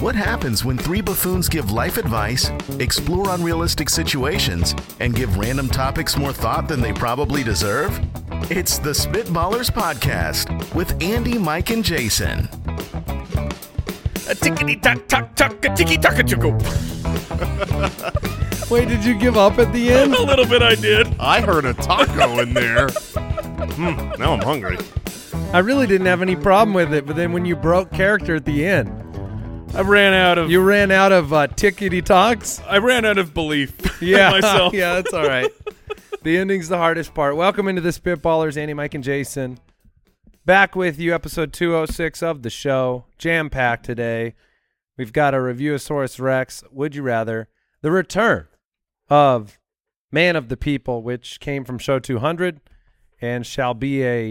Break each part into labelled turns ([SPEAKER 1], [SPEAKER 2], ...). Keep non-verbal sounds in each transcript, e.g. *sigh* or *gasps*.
[SPEAKER 1] What happens when three buffoons give life advice, explore unrealistic situations, and give random topics more thought than they probably deserve? It's the Spitballers Podcast with Andy, Mike, and Jason.
[SPEAKER 2] A tickety tock tock tock a ticky tock a tickle.
[SPEAKER 3] Wait, did you give up at the end?
[SPEAKER 2] A little bit I did.
[SPEAKER 4] I heard a taco in there. Hmm, now I'm hungry.
[SPEAKER 3] I really didn't have any problem with it, but then when you broke character at the end,
[SPEAKER 2] I ran out of
[SPEAKER 3] you ran out of uh, tickety *laughs* talks.
[SPEAKER 2] I ran out of belief in
[SPEAKER 3] Yeah,
[SPEAKER 2] myself.
[SPEAKER 3] *laughs* yeah, that's all right. the ending's the hardest part. Welcome into the Spitballers, Andy, Mike, and Jason. Back with you, episode 206 of the show. Jam packed today. We've got a review of Saurus Rex. Would you rather? The return of Man of the People, which came from show 200 and shall be a,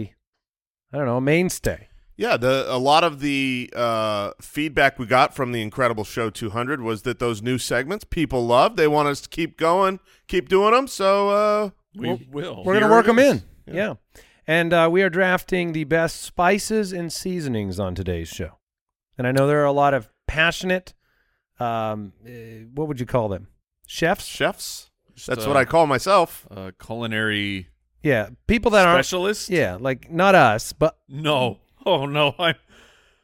[SPEAKER 3] I don't know, a mainstay.
[SPEAKER 4] Yeah, the a lot of the uh, feedback we got from the incredible show 200 was that those new segments people love. They want us to keep going, keep doing them. So uh,
[SPEAKER 2] We will.
[SPEAKER 3] We're going
[SPEAKER 4] Here
[SPEAKER 3] to work
[SPEAKER 4] it
[SPEAKER 3] them
[SPEAKER 4] is.
[SPEAKER 3] in. Yeah. And uh, we are drafting the best spices and seasonings on today's show. And I know there are a lot of passionate, um, uh, what would you call them? Chefs?
[SPEAKER 4] chefs, that's
[SPEAKER 2] uh,
[SPEAKER 4] what I call myself.
[SPEAKER 2] A culinary
[SPEAKER 3] Yeah. People that aren't.
[SPEAKER 2] specialist?
[SPEAKER 3] Yeah. Like, not us, but
[SPEAKER 2] No. *laughs* Oh no. I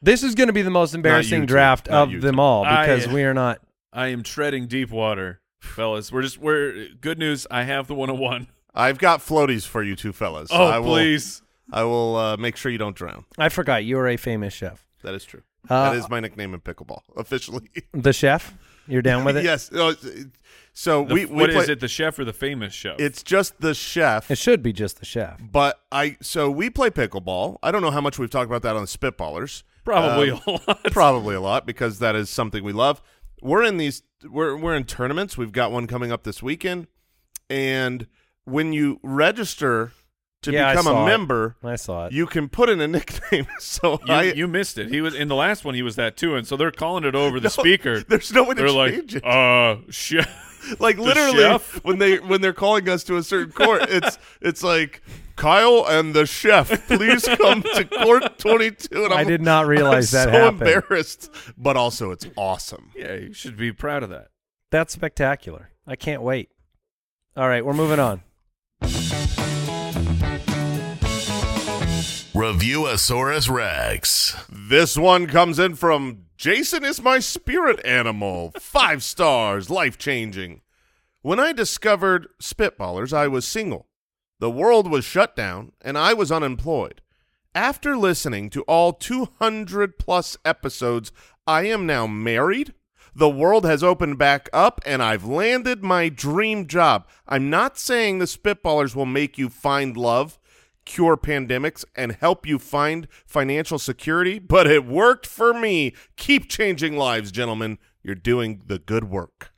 [SPEAKER 3] this is going to be the most embarrassing
[SPEAKER 4] two.
[SPEAKER 3] draft
[SPEAKER 4] Not
[SPEAKER 3] of
[SPEAKER 4] you
[SPEAKER 3] them
[SPEAKER 4] two. uh,
[SPEAKER 3] all
[SPEAKER 2] I-
[SPEAKER 3] because we are not.
[SPEAKER 2] I am treading deep water, fellas. We're just we're good news. I have the 101.
[SPEAKER 4] I've got floaties for you two fellas.
[SPEAKER 2] Oh
[SPEAKER 4] I will,
[SPEAKER 2] please.
[SPEAKER 4] I will uh, make sure you don't drown.
[SPEAKER 3] I forgot you are a famous chef.
[SPEAKER 4] That is true.
[SPEAKER 3] Uh,
[SPEAKER 4] that is my nickname in pickleball *laughs* officially.
[SPEAKER 3] The chef? You're down
[SPEAKER 4] *laughs*
[SPEAKER 3] with it?
[SPEAKER 4] yes. Oh, so
[SPEAKER 2] The,
[SPEAKER 4] we, we
[SPEAKER 2] what is
[SPEAKER 4] play-
[SPEAKER 2] it? The chef or the famous chef?
[SPEAKER 4] It's just the chef.
[SPEAKER 3] It should be just the chef.
[SPEAKER 4] But I so we play pickleball. I don't know how much we've talked about that on Spitballers.
[SPEAKER 2] probably
[SPEAKER 4] Um,
[SPEAKER 2] a
[SPEAKER 4] *laughs*
[SPEAKER 2] lot.
[SPEAKER 4] probably a lot because that is something we love. We're in these we're we're in tournaments. We've got one coming up this weekend. And when you register to
[SPEAKER 3] Yeah, I
[SPEAKER 4] become
[SPEAKER 3] saw
[SPEAKER 4] a
[SPEAKER 3] it.
[SPEAKER 4] member,
[SPEAKER 3] I saw it.
[SPEAKER 4] you can put in a *laughs* nickname. So
[SPEAKER 2] You,
[SPEAKER 4] I
[SPEAKER 2] you missed it. He was in the last one. He was that too, and so they're calling it over
[SPEAKER 4] *laughs*
[SPEAKER 2] the
[SPEAKER 4] No,
[SPEAKER 2] speaker.
[SPEAKER 4] There's no way to
[SPEAKER 2] They're
[SPEAKER 4] change
[SPEAKER 2] like,
[SPEAKER 4] it.
[SPEAKER 2] uh, *laughs* chef.
[SPEAKER 4] like
[SPEAKER 2] the
[SPEAKER 4] literally *laughs*
[SPEAKER 2] chef?
[SPEAKER 4] when they when they're calling us to a certain
[SPEAKER 2] *laughs*
[SPEAKER 4] court, it's it's like Kyle and the chef, please come to
[SPEAKER 2] *laughs*
[SPEAKER 4] court 22. And
[SPEAKER 3] I
[SPEAKER 4] *laughs* I'm-
[SPEAKER 3] did not realize
[SPEAKER 4] I'm
[SPEAKER 3] that
[SPEAKER 4] so
[SPEAKER 3] happened.
[SPEAKER 4] embarrassed, but also it's awesome.
[SPEAKER 2] Yeah, you should be proud of that.
[SPEAKER 3] That's spectacular. I can't wait. All right, we're moving on.
[SPEAKER 1] Review Asaurus Rex.
[SPEAKER 4] This one comes in from Jason is my spirit animal. Five stars, life changing. When I discovered Spitballers, I was single. The world was shut down, and I was unemployed. After listening to all 200 plus episodes, I am now married. The world has opened back up, and I've landed my dream job. I'm not saying the Spitballers will make you find love, cure pandemics, and help you find financial security, but it worked for me. Keep changing lives, gentlemen. You're doing the good work.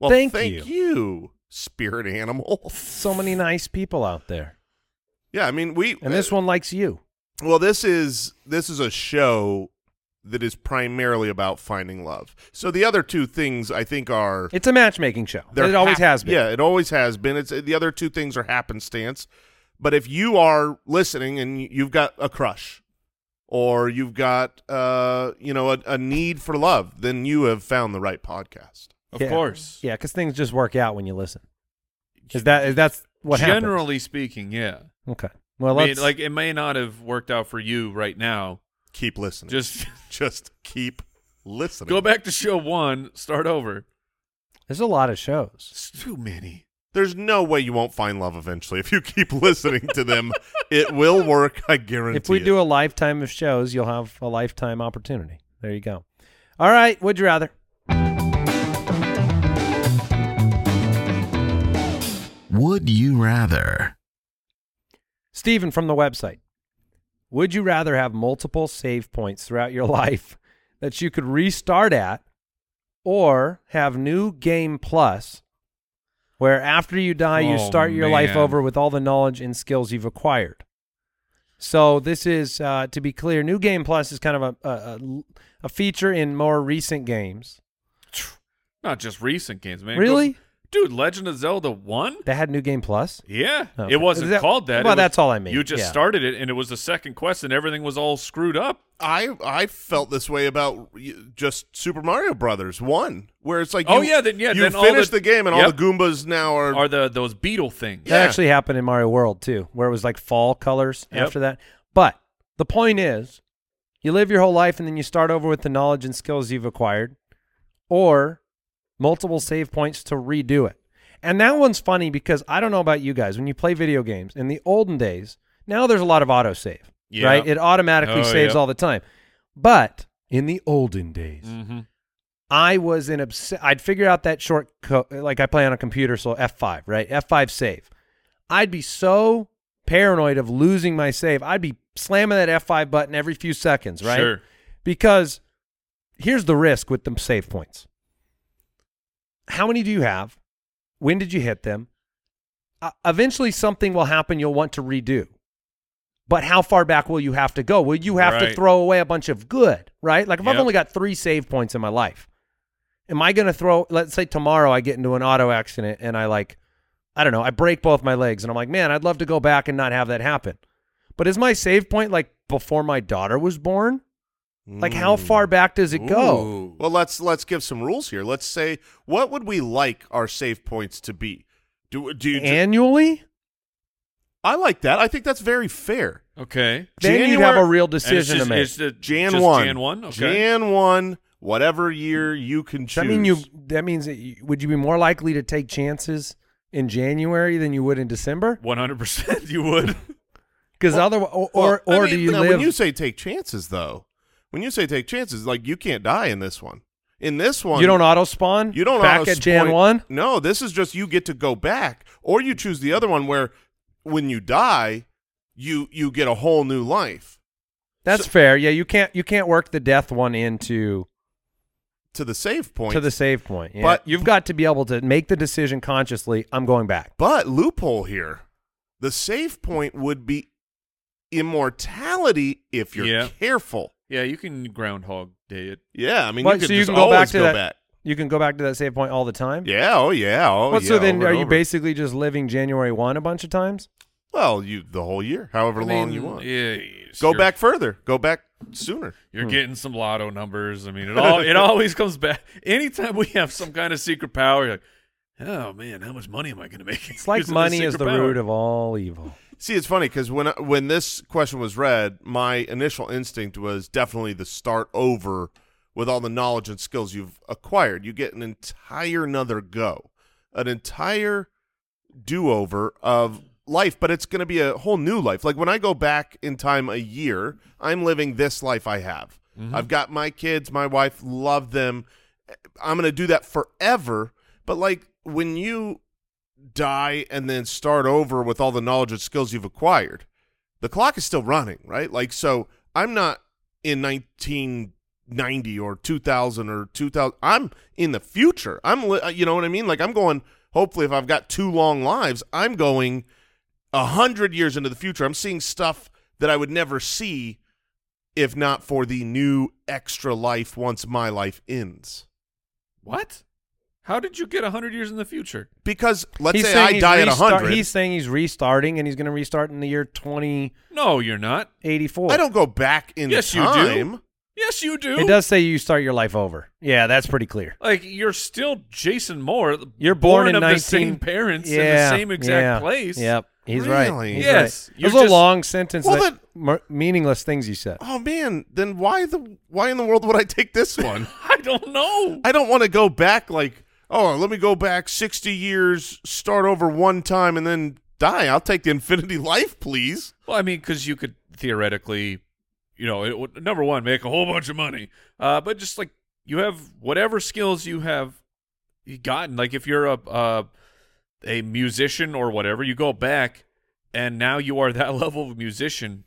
[SPEAKER 4] Well,
[SPEAKER 3] Thank
[SPEAKER 4] thank
[SPEAKER 3] you.
[SPEAKER 4] you, spirit animal. *laughs*
[SPEAKER 3] So many nice people out there.
[SPEAKER 4] Yeah, I mean, we uh,
[SPEAKER 3] And this one likes you.
[SPEAKER 4] Well, this is this is a show that is primarily about finding love. So the other two things I think are
[SPEAKER 3] It's a matchmaking show.
[SPEAKER 4] they're
[SPEAKER 3] it always
[SPEAKER 4] hap-
[SPEAKER 3] has been.
[SPEAKER 4] Yeah, it always has been. It's the other two things are happenstance. But if you are listening and y- you've got a crush or you've got uh, you know, a, a need for love, then you have found the right podcast.
[SPEAKER 2] Of
[SPEAKER 3] Yeah.
[SPEAKER 2] course.
[SPEAKER 3] Yeah, because things just work out when you listen. Is that is that's what happens?
[SPEAKER 2] Generally speaking, yeah.
[SPEAKER 3] Okay. Well,
[SPEAKER 2] I
[SPEAKER 3] let's,
[SPEAKER 2] mean, like it may not have worked out for you right now.
[SPEAKER 4] Keep listening.
[SPEAKER 2] Just
[SPEAKER 4] *laughs* just keep listening.
[SPEAKER 2] go back to show one, start over.
[SPEAKER 3] there's a lot of shows.
[SPEAKER 2] It's too many.
[SPEAKER 4] There's no way you won't find love eventually if you keep *laughs* listening to them. It will work, I guarantee.
[SPEAKER 3] If we
[SPEAKER 4] it.
[SPEAKER 3] do a lifetime of shows, you'll have a lifetime opportunity. There you go. All right. Would you rather?
[SPEAKER 1] Would you rather?
[SPEAKER 3] Steven from the website. Would you rather have multiple save points throughout your *laughs* life that you could restart at or have new game plus where after you die you
[SPEAKER 2] Oh,
[SPEAKER 3] start your life
[SPEAKER 2] man.
[SPEAKER 3] over with all the knowledge and skills you've acquired? So this is uh, to be clear, new game plus is kind of a, a a- a feature in more recent games.
[SPEAKER 2] Not just recent games, man. It
[SPEAKER 3] really?
[SPEAKER 2] goes- dude, Legend of Zelda One.
[SPEAKER 3] They had new game plus?
[SPEAKER 2] Yeah,
[SPEAKER 3] Okay.
[SPEAKER 2] it wasn't
[SPEAKER 3] Is that-
[SPEAKER 2] called that.
[SPEAKER 3] well,
[SPEAKER 2] It was-
[SPEAKER 3] that's all I mean,
[SPEAKER 2] You just
[SPEAKER 3] yeah.
[SPEAKER 2] started it, and it was the second quest, and everything was all screwed up.
[SPEAKER 4] I I felt this way about y- just Super Mario Brothers one, where it's like
[SPEAKER 2] Oh,
[SPEAKER 4] you-
[SPEAKER 2] yeah, then- yeah,
[SPEAKER 4] you
[SPEAKER 2] then all
[SPEAKER 4] finish
[SPEAKER 2] the-
[SPEAKER 4] the, game and all
[SPEAKER 2] Yep.
[SPEAKER 4] the Goombas now are,
[SPEAKER 2] Are the those beetle things?
[SPEAKER 3] That
[SPEAKER 4] Yeah.
[SPEAKER 3] actually happened in Mario World too, where it was like fall colors
[SPEAKER 2] Yep.
[SPEAKER 3] after that. But the point is, you live your whole life and then you start over with the knowledge and skills you've acquired, or multiple save points to redo it. And that one's funny because I don't know about you guys. When you play video games in the olden days, now there's a lot of autosave,
[SPEAKER 2] Yeah.
[SPEAKER 3] right? It automatically
[SPEAKER 2] Oh,
[SPEAKER 3] saves
[SPEAKER 2] yeah.
[SPEAKER 3] all the time. But in the olden days,
[SPEAKER 2] Mm-hmm.
[SPEAKER 3] I was an obs- I'd figure out that short co- like I play on a computer, so F5, right? F5 save. I'd be so paranoid of losing my save. I'd be slamming that F5 button every few seconds, right?
[SPEAKER 2] Sure.
[SPEAKER 3] Because here's the risk with the save points. How many do you have? When did you hit them? Uh, eventually something will happen you'll want to redo. But how far back will you have to go? Will you have to
[SPEAKER 2] Right.
[SPEAKER 3] throw away a bunch of good, right? Like if I've
[SPEAKER 2] Yep.
[SPEAKER 3] only got 3 save points in my life, am I going to throw let's say tomorrow I get into an auto accident and I like I don't know, I break both my legs and I'm like, "Man, I'd love to go back and not have that happen." But is my save point like before my daughter was born? Like
[SPEAKER 4] Mm.
[SPEAKER 3] how far back does it go?
[SPEAKER 4] Well, let's let's give some rules here. Let's say what would we like our save points to be? Do do you?
[SPEAKER 3] Annually?
[SPEAKER 4] I like that. I think that's very fair.
[SPEAKER 2] Okay.
[SPEAKER 3] Then you'd
[SPEAKER 4] January-
[SPEAKER 3] have a real
[SPEAKER 2] And it's
[SPEAKER 3] decision
[SPEAKER 2] just-
[SPEAKER 3] to make.
[SPEAKER 2] it's the-
[SPEAKER 4] Jan
[SPEAKER 2] just
[SPEAKER 4] one.
[SPEAKER 2] Jan one. Okay.
[SPEAKER 4] Jan one. Whatever year you can choose.
[SPEAKER 3] Does that mean you that means that you, would you be more likely to take chances in January than you would in December?
[SPEAKER 2] One hundred percent. *laughs* You would.
[SPEAKER 3] Because otherwise, or or,
[SPEAKER 4] Well, I
[SPEAKER 3] or
[SPEAKER 4] mean,
[SPEAKER 3] do you
[SPEAKER 4] now,
[SPEAKER 3] live?
[SPEAKER 4] When you say take chances, though, when you say take chances, like you can't die in this one. In this one,
[SPEAKER 3] you don't auto spawn.
[SPEAKER 4] You don't
[SPEAKER 3] back
[SPEAKER 4] auto
[SPEAKER 3] at Jan
[SPEAKER 4] spawn-
[SPEAKER 3] one.
[SPEAKER 4] No, this is just you get to go back, or you choose the other one where, when you die, you you get a whole new life
[SPEAKER 3] That's
[SPEAKER 4] So-
[SPEAKER 3] fair. Yeah, you can't you can't work the death one into
[SPEAKER 4] to the save point.
[SPEAKER 3] to the save point. Yeah.
[SPEAKER 4] But-
[SPEAKER 3] you've got to be able to make the decision consciously. I'm going back.
[SPEAKER 4] but loophole here, the save point would be immortality if you're
[SPEAKER 2] Yeah.
[SPEAKER 4] careful.
[SPEAKER 2] Yeah, you can groundhog day it.
[SPEAKER 4] Yeah, I mean
[SPEAKER 3] Well,
[SPEAKER 4] you could
[SPEAKER 3] so you
[SPEAKER 4] just
[SPEAKER 3] can go back
[SPEAKER 4] always
[SPEAKER 3] to
[SPEAKER 4] go
[SPEAKER 3] that-
[SPEAKER 4] back.
[SPEAKER 3] You can go back to that save point all the time.
[SPEAKER 4] Yeah, oh yeah, oh
[SPEAKER 3] What,
[SPEAKER 4] yeah.
[SPEAKER 3] so then,
[SPEAKER 4] over
[SPEAKER 3] are
[SPEAKER 4] and
[SPEAKER 3] you
[SPEAKER 4] over.
[SPEAKER 3] basically just living January one a bunch of times?
[SPEAKER 4] Well, you the whole year, however
[SPEAKER 2] I
[SPEAKER 4] long
[SPEAKER 2] mean,
[SPEAKER 4] you want.
[SPEAKER 2] Yeah,
[SPEAKER 4] Go
[SPEAKER 2] you're-
[SPEAKER 4] back further. Go back sooner.
[SPEAKER 3] Hmm.
[SPEAKER 2] You're getting some lotto numbers. I mean,
[SPEAKER 3] *laughs*
[SPEAKER 2] it all it always comes back. Anytime we have some kind of secret power, you're like, oh man, how much money am I going to make?
[SPEAKER 3] It's like money is the root of all evil.
[SPEAKER 4] See, it's funny because when I, when this question was read, my initial instinct was definitely the start over with all the knowledge and skills you've acquired. You get an entire another go, an entire do over of life, but it's going to be a whole new life. Like when I go back in time a year, I'm living this life I have. I've got my kids, my wife, love them. I'm going to do that forever. But like when you die and then start over with all the knowledge and skills you've acquired, the clock is still running, right? Like, so I'm not in 1990 or 2000 or 2000. I'm in the future. I'm, li- uh, you know what I mean? Like, I'm going, hopefully, if I've got two long lives, I'm going a 100 years into the future. I'm seeing stuff that I would never see if not for the new extra life once my life ends.
[SPEAKER 2] What? How did you get hundred years in the future?
[SPEAKER 4] Because let's
[SPEAKER 3] He's
[SPEAKER 4] say
[SPEAKER 3] saying
[SPEAKER 4] I
[SPEAKER 3] he's
[SPEAKER 4] die at
[SPEAKER 3] restar-
[SPEAKER 4] 100.
[SPEAKER 3] He's saying he's restarting and he's going to restart in the year
[SPEAKER 2] No, you're not.
[SPEAKER 3] 2084.
[SPEAKER 4] I don't go back in
[SPEAKER 2] Yes, you do.
[SPEAKER 4] time.
[SPEAKER 2] Yes, you do.
[SPEAKER 3] It does say you start your life over. Yeah, that's pretty clear.
[SPEAKER 2] Like you're still Jason Moore.
[SPEAKER 3] You're born, in
[SPEAKER 2] of
[SPEAKER 3] 19
[SPEAKER 2] the same parents
[SPEAKER 3] Yeah,
[SPEAKER 2] in the same exact
[SPEAKER 3] yeah,
[SPEAKER 2] place.
[SPEAKER 3] Yep, he's right.
[SPEAKER 4] Really?
[SPEAKER 3] He's
[SPEAKER 2] Yes,
[SPEAKER 3] right.
[SPEAKER 2] you're
[SPEAKER 3] Those are
[SPEAKER 2] just-
[SPEAKER 3] long sentences.
[SPEAKER 4] Well,
[SPEAKER 3] that, mer- meaningless things you said.
[SPEAKER 4] Oh man, then why the why in the world would I take
[SPEAKER 2] *laughs*
[SPEAKER 4] this one?
[SPEAKER 2] *laughs* I don't know.
[SPEAKER 4] I don't want to go back like, oh, let me go back 60 years, start over one time and then die. I'll take the infinity life, please.
[SPEAKER 2] Well, I mean, because you could theoretically, you know, it would, number one, make a whole bunch of money. Uh, but just like you have whatever skills you have gotten, like if you're a uh, a musician or whatever, you go back and now you are that *laughs* level of musician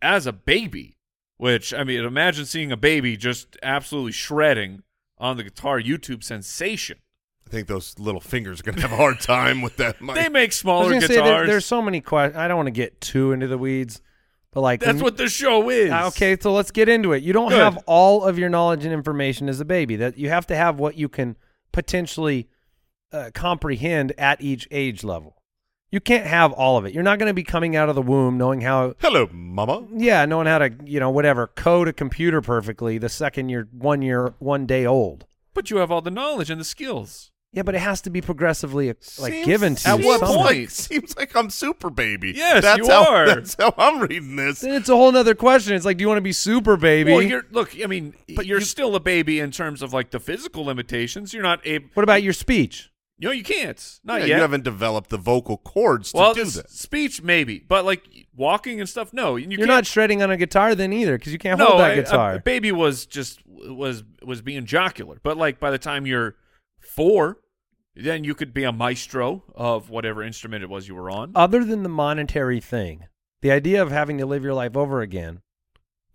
[SPEAKER 2] as a baby. Which I mean, imagine seeing a baby just absolutely shredding on the guitar. YouTube sensation.
[SPEAKER 4] I think those little fingers are going to have a hard time with that mic.
[SPEAKER 2] They make
[SPEAKER 3] I was
[SPEAKER 2] smaller
[SPEAKER 3] gonna
[SPEAKER 2] guitars.
[SPEAKER 3] say there, there's so many questions. I don't want to get too into the weeds, but like
[SPEAKER 2] That's
[SPEAKER 3] when-
[SPEAKER 2] what the show is.
[SPEAKER 3] Ah, Okay, so let's get into it. You don't
[SPEAKER 2] Good.
[SPEAKER 3] have all of your knowledge and information as a baby. That you have to have what you can potentially uh, comprehend at each age level. You can't have all of it. You're not going to be coming out of the womb knowing how
[SPEAKER 4] Hello, mama.
[SPEAKER 3] yeah, knowing how to, you know, whatever, code a computer perfectly the second you're one year one day old.
[SPEAKER 2] But you have all the knowledge and the skills.
[SPEAKER 3] Yeah, but it has to be progressively like
[SPEAKER 4] Seems-
[SPEAKER 3] given to
[SPEAKER 2] at
[SPEAKER 3] you.
[SPEAKER 2] what
[SPEAKER 3] somehow.
[SPEAKER 2] point?
[SPEAKER 4] Like, seems like I'm super baby.
[SPEAKER 2] Yes,
[SPEAKER 4] that's
[SPEAKER 2] you
[SPEAKER 4] how,
[SPEAKER 2] are.
[SPEAKER 4] That's how I'm reading this.
[SPEAKER 3] Then It's a whole nother question. It's like, do you want to be super baby?
[SPEAKER 2] Well, you're look. I mean,
[SPEAKER 4] But
[SPEAKER 2] but you're
[SPEAKER 4] you-
[SPEAKER 2] still a baby in terms of like the physical limitations. You're not able.
[SPEAKER 3] what about your speech?
[SPEAKER 2] You know, you can't. Not
[SPEAKER 4] Yeah,
[SPEAKER 2] yet.
[SPEAKER 4] You haven't developed the vocal cords to
[SPEAKER 2] well,
[SPEAKER 4] do
[SPEAKER 2] s-
[SPEAKER 4] this.
[SPEAKER 2] speech maybe, but like walking and stuff. No, you
[SPEAKER 3] You are
[SPEAKER 2] can't,
[SPEAKER 3] not shredding on a guitar then either because you can't
[SPEAKER 2] no,
[SPEAKER 3] hold that
[SPEAKER 2] I- a-
[SPEAKER 3] guitar.
[SPEAKER 2] A, baby was just was was being jocular, but like by the time you're four, then you could be a maestro of whatever instrument it was you were on.
[SPEAKER 3] other than the monetary thing, the idea of having to live your life over again,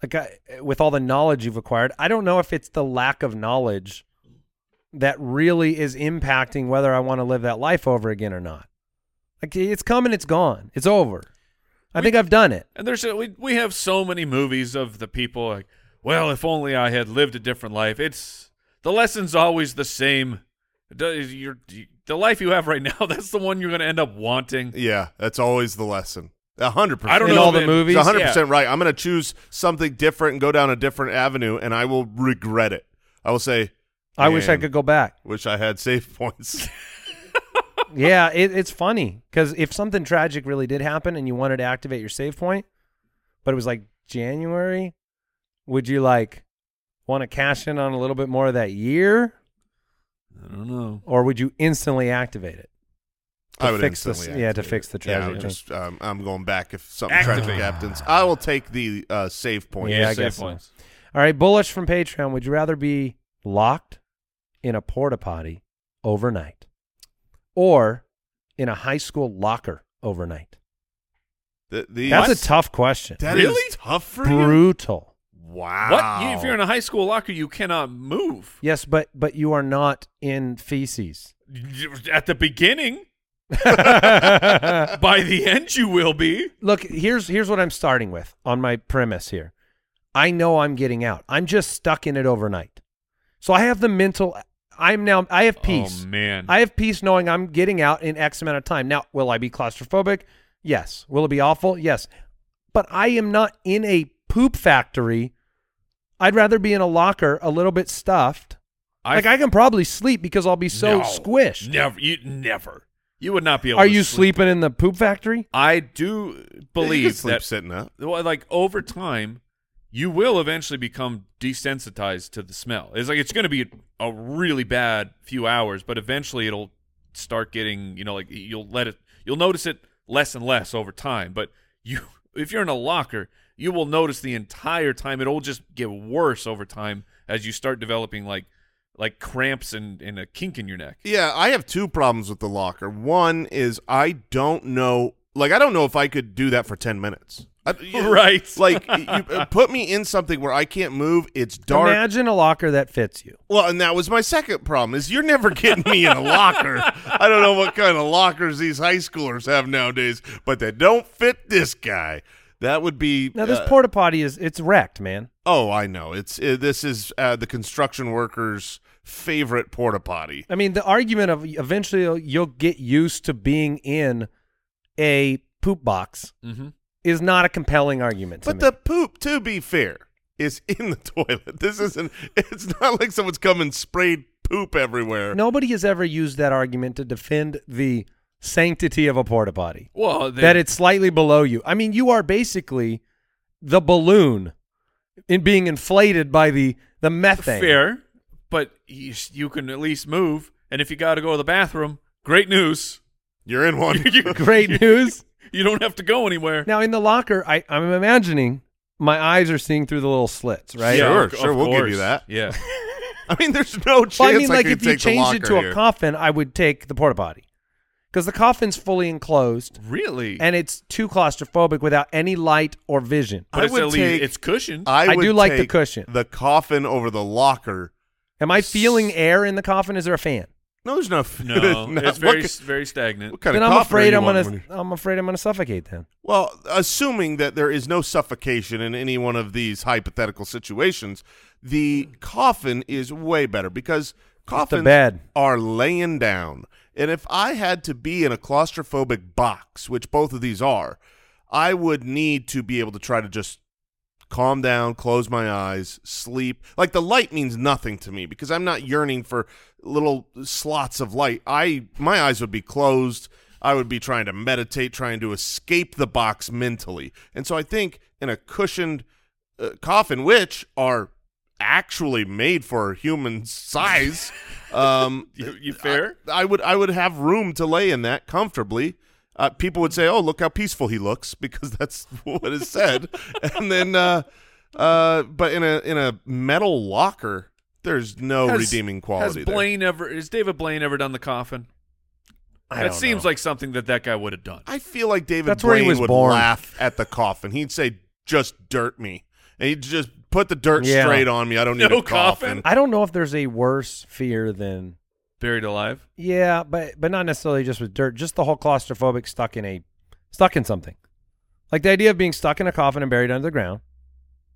[SPEAKER 3] like I, with all the knowledge you've acquired, I don't know if it's the lack of knowledge that really is impacting whether I want to live that life over again or not. Like it's come and it's gone. It's over. I
[SPEAKER 2] We-
[SPEAKER 3] think I've done it.
[SPEAKER 2] And there's a, we we have so many movies of the people like, well, if only I had lived a different life. It's the lesson's always the same. It does- You're, you- the life you have right *laughs* now, that's the one you're going to end up wanting.
[SPEAKER 4] Yeah, that's always the lesson. A hundred percent.
[SPEAKER 2] I don't
[SPEAKER 3] In
[SPEAKER 2] know
[SPEAKER 3] all
[SPEAKER 2] if
[SPEAKER 3] the
[SPEAKER 2] it-
[SPEAKER 3] movies?
[SPEAKER 4] He's
[SPEAKER 3] Yeah.
[SPEAKER 4] 100 percent right. I'm going to choose something different and go down a different avenue, and I will regret it. I will say,
[SPEAKER 3] I wish I
[SPEAKER 4] "Man,
[SPEAKER 3] could go back.
[SPEAKER 4] Wish I had save *laughs* points.
[SPEAKER 3] yeah, it, it's funny because if something tragic really did happen and you wanted to activate your save point, but it was like January, would you like want to cash in on a little bit more of that year,
[SPEAKER 2] I don't know.
[SPEAKER 3] or would you instantly activate it? To
[SPEAKER 4] I would
[SPEAKER 3] fix the-
[SPEAKER 4] instantly
[SPEAKER 3] yeah, to
[SPEAKER 4] activate
[SPEAKER 3] fix
[SPEAKER 4] it.
[SPEAKER 3] the
[SPEAKER 4] Yeah, I
[SPEAKER 3] tragic
[SPEAKER 4] would
[SPEAKER 3] thing.
[SPEAKER 4] just, um, I'm going back if something tragic
[SPEAKER 2] Activate.
[SPEAKER 4] happens. I will take the uh, save point.
[SPEAKER 3] Yeah, I
[SPEAKER 2] Save
[SPEAKER 3] guess so.
[SPEAKER 2] points.
[SPEAKER 3] All right, bullish from Patreon. Would you rather be locked in a porta potty overnight, or in a high school locker overnight?
[SPEAKER 4] Th- these-
[SPEAKER 3] That's a tough question.
[SPEAKER 4] That is
[SPEAKER 2] Really?
[SPEAKER 4] tough for you.
[SPEAKER 3] Brutal.
[SPEAKER 4] Wow.
[SPEAKER 2] What? You- if you're in a high school locker, you cannot move.
[SPEAKER 3] Yes, but but you are not in feces.
[SPEAKER 2] At the beginning, by the end, you will be.
[SPEAKER 3] look here's here's what i'm starting with on my premise here i know i'm getting out i'm just stuck in it overnight so i have the mental i'm now i have peace
[SPEAKER 2] Oh, man.
[SPEAKER 3] i have peace knowing i'm getting out in x amount of time now will i be claustrophobic yes will it be awful yes but i am not in a poop factory i'd rather be in a locker a little bit stuffed like i can probably sleep because i'll be so
[SPEAKER 2] No.
[SPEAKER 3] squished
[SPEAKER 2] Never. You, never. You would not be able
[SPEAKER 3] are
[SPEAKER 2] to
[SPEAKER 3] you
[SPEAKER 2] sleep.
[SPEAKER 3] sleeping in the poop factory
[SPEAKER 2] I do
[SPEAKER 4] you could
[SPEAKER 2] believe
[SPEAKER 4] sleep
[SPEAKER 2] that
[SPEAKER 4] sitting up.
[SPEAKER 2] well, like over time, you will eventually become desensitized to the smell. It's like it's going to be a really bad few hours, but eventually it'll start getting you know like you'll let it you'll notice it less and less over time. But you *laughs* if you're in a locker, you will notice the entire time. It'll just get worse over time as you start developing like like cramps and, and a kink in your neck.
[SPEAKER 4] Yeah, I have two problems with the locker. One is I don't know, like I don't know if I could do that for ten minutes.
[SPEAKER 3] *laughs*
[SPEAKER 4] I, you-
[SPEAKER 2] Right.
[SPEAKER 4] *laughs* Like you, uh, put me in something where I can't move. It's dark.
[SPEAKER 3] imagine a locker that fits you
[SPEAKER 4] well, and that was my second problem is you're never getting me in
[SPEAKER 3] *laughs*
[SPEAKER 4] a locker. I don't know what kind of lockers these high schoolers have nowadays, but they don't fit this guy. That would be
[SPEAKER 3] now this
[SPEAKER 4] uh,
[SPEAKER 3] porta potty is it's wrecked man
[SPEAKER 4] Oh, I know. It's uh, this is uh, the construction workers' favorite porta potty.
[SPEAKER 3] I mean, the argument of eventually you'll- you'll get used to being in a poop box
[SPEAKER 2] Mm-hmm.
[SPEAKER 3] is not a compelling argument. to
[SPEAKER 4] But
[SPEAKER 3] me.
[SPEAKER 4] the poop, to be fair, is *laughs* in the toilet. This isn't. It's not like someone's come and sprayed poop everywhere.
[SPEAKER 3] nobody has ever used that argument to defend the sanctity of a porta potty.
[SPEAKER 2] Well, they,
[SPEAKER 3] that it's slightly below you. I mean, you are basically the balloon in being inflated by the the methane.
[SPEAKER 2] Fair, but you, you can at least move. And if you got to go to the bathroom, great news.
[SPEAKER 4] You're in
[SPEAKER 3] *laughs*
[SPEAKER 4] one. *laughs*
[SPEAKER 2] *laughs*
[SPEAKER 3] Great news.
[SPEAKER 2] You don't have to go anywhere.
[SPEAKER 3] Now in the locker, I, I'm imagining my eyes are seeing through the little slits,
[SPEAKER 4] *laughs*
[SPEAKER 3] right?
[SPEAKER 4] Yeah. Sure,
[SPEAKER 2] of-
[SPEAKER 4] sure,
[SPEAKER 2] of
[SPEAKER 4] we'll give
[SPEAKER 2] course.
[SPEAKER 4] you that.
[SPEAKER 2] Yeah.
[SPEAKER 4] *laughs* I mean, there's no chance
[SPEAKER 3] Well, I mean, like
[SPEAKER 4] could
[SPEAKER 3] if you
[SPEAKER 4] take the
[SPEAKER 3] changed it
[SPEAKER 4] locker
[SPEAKER 3] to
[SPEAKER 4] here.
[SPEAKER 3] a coffin, I would take the porta potty. because the coffin's fully enclosed
[SPEAKER 2] Really?
[SPEAKER 3] and it's too claustrophobic without any light or vision.
[SPEAKER 2] but
[SPEAKER 4] I
[SPEAKER 2] it's
[SPEAKER 4] would
[SPEAKER 2] at least
[SPEAKER 4] take- *laughs*
[SPEAKER 2] it's cushioned.
[SPEAKER 4] I,
[SPEAKER 3] I
[SPEAKER 4] would
[SPEAKER 3] do like the
[SPEAKER 4] take
[SPEAKER 3] cushion.
[SPEAKER 4] The coffin over the locker.
[SPEAKER 3] Am I feeling air in the coffin? Is there a fan?
[SPEAKER 4] No, there's no. f- *laughs*
[SPEAKER 2] no,
[SPEAKER 4] no,
[SPEAKER 2] it's very
[SPEAKER 4] What,
[SPEAKER 2] s- very
[SPEAKER 4] *laughs*
[SPEAKER 2] stagnant.
[SPEAKER 4] what kind
[SPEAKER 3] then
[SPEAKER 4] of
[SPEAKER 3] I'm
[SPEAKER 4] coffin are
[SPEAKER 3] afraid
[SPEAKER 4] you
[SPEAKER 3] I'm
[SPEAKER 4] wanting
[SPEAKER 3] gonna
[SPEAKER 4] when you-
[SPEAKER 3] I'm afraid I'm gonna suffocate then.
[SPEAKER 4] Well, assuming that there is no suffocation in any one of these hypothetical situations, the coffin is way better because coffins
[SPEAKER 3] bed.
[SPEAKER 4] are laying down. And if I had to be in a claustrophobic box, which both of these are, I would need to be able to try to just calm down, close my eyes, sleep. Like the light means nothing to me because I'm not yearning for little slots of light. I my eyes would be closed. I would be trying to meditate, trying to escape the box mentally. And so I think in a cushioned uh, coffin, which are actually made for human size, um,
[SPEAKER 2] You, you fair?
[SPEAKER 4] I would I would have room to lay in that comfortably. Uh, people would say, "Oh, look how peaceful he looks," *laughs* because that's what is said. and then, uh, uh, but in a in a metal locker, there's no
[SPEAKER 2] Has-
[SPEAKER 4] redeeming quality.
[SPEAKER 2] Has
[SPEAKER 4] there.
[SPEAKER 2] Blaine ever? Has David Blaine ever done the coffin?
[SPEAKER 4] I
[SPEAKER 2] that
[SPEAKER 4] don't
[SPEAKER 2] seems
[SPEAKER 4] know.
[SPEAKER 2] like something that that guy would have done.
[SPEAKER 4] I feel like David
[SPEAKER 3] That's where he
[SPEAKER 4] Blaine
[SPEAKER 3] was
[SPEAKER 4] would
[SPEAKER 3] born.
[SPEAKER 4] laugh at the coffin. He'd say, "Just dirt me," and he'd just put the dirt
[SPEAKER 3] Yeah.
[SPEAKER 4] straight on me. I don't need
[SPEAKER 2] No
[SPEAKER 4] a coffin.
[SPEAKER 2] coffin.
[SPEAKER 3] I don't know if there's a worse fear than
[SPEAKER 2] Buried alive.
[SPEAKER 3] yeah, but but not necessarily just with dirt. Just the whole claustrophobic stuck in a stuck in something, like the idea of being stuck in a coffin and buried under the ground.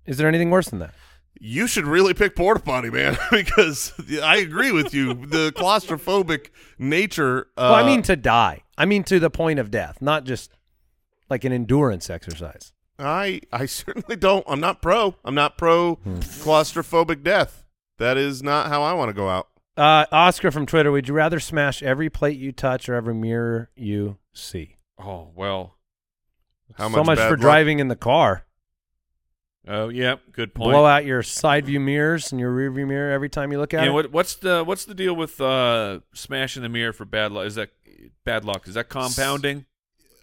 [SPEAKER 3] Is there anything worse than that?
[SPEAKER 4] You should really pick porta potty, man, *laughs* because I agree with you. The claustrophobic nature. Uh,
[SPEAKER 3] well, I mean to die. I mean to the point of death, not just like an endurance exercise.
[SPEAKER 4] I I *laughs* certainly don't. I'm not pro. I'm not pro claustrophobic death. That is not how I want to go out.
[SPEAKER 3] Uh, Oscar from Twitter, would you rather smash every plate you touch or every mirror you see?
[SPEAKER 2] Oh well.
[SPEAKER 4] How
[SPEAKER 3] so much
[SPEAKER 4] bad
[SPEAKER 3] for
[SPEAKER 4] luck.
[SPEAKER 3] driving in the car.
[SPEAKER 2] Oh yeah. Good point.
[SPEAKER 3] Blow out your side view mirrors and your rear view mirror every time you look at
[SPEAKER 2] Yeah,
[SPEAKER 3] it.
[SPEAKER 2] what, what's the what's the deal with uh, smashing the mirror for bad luck? Is that bad luck? Is that compounding?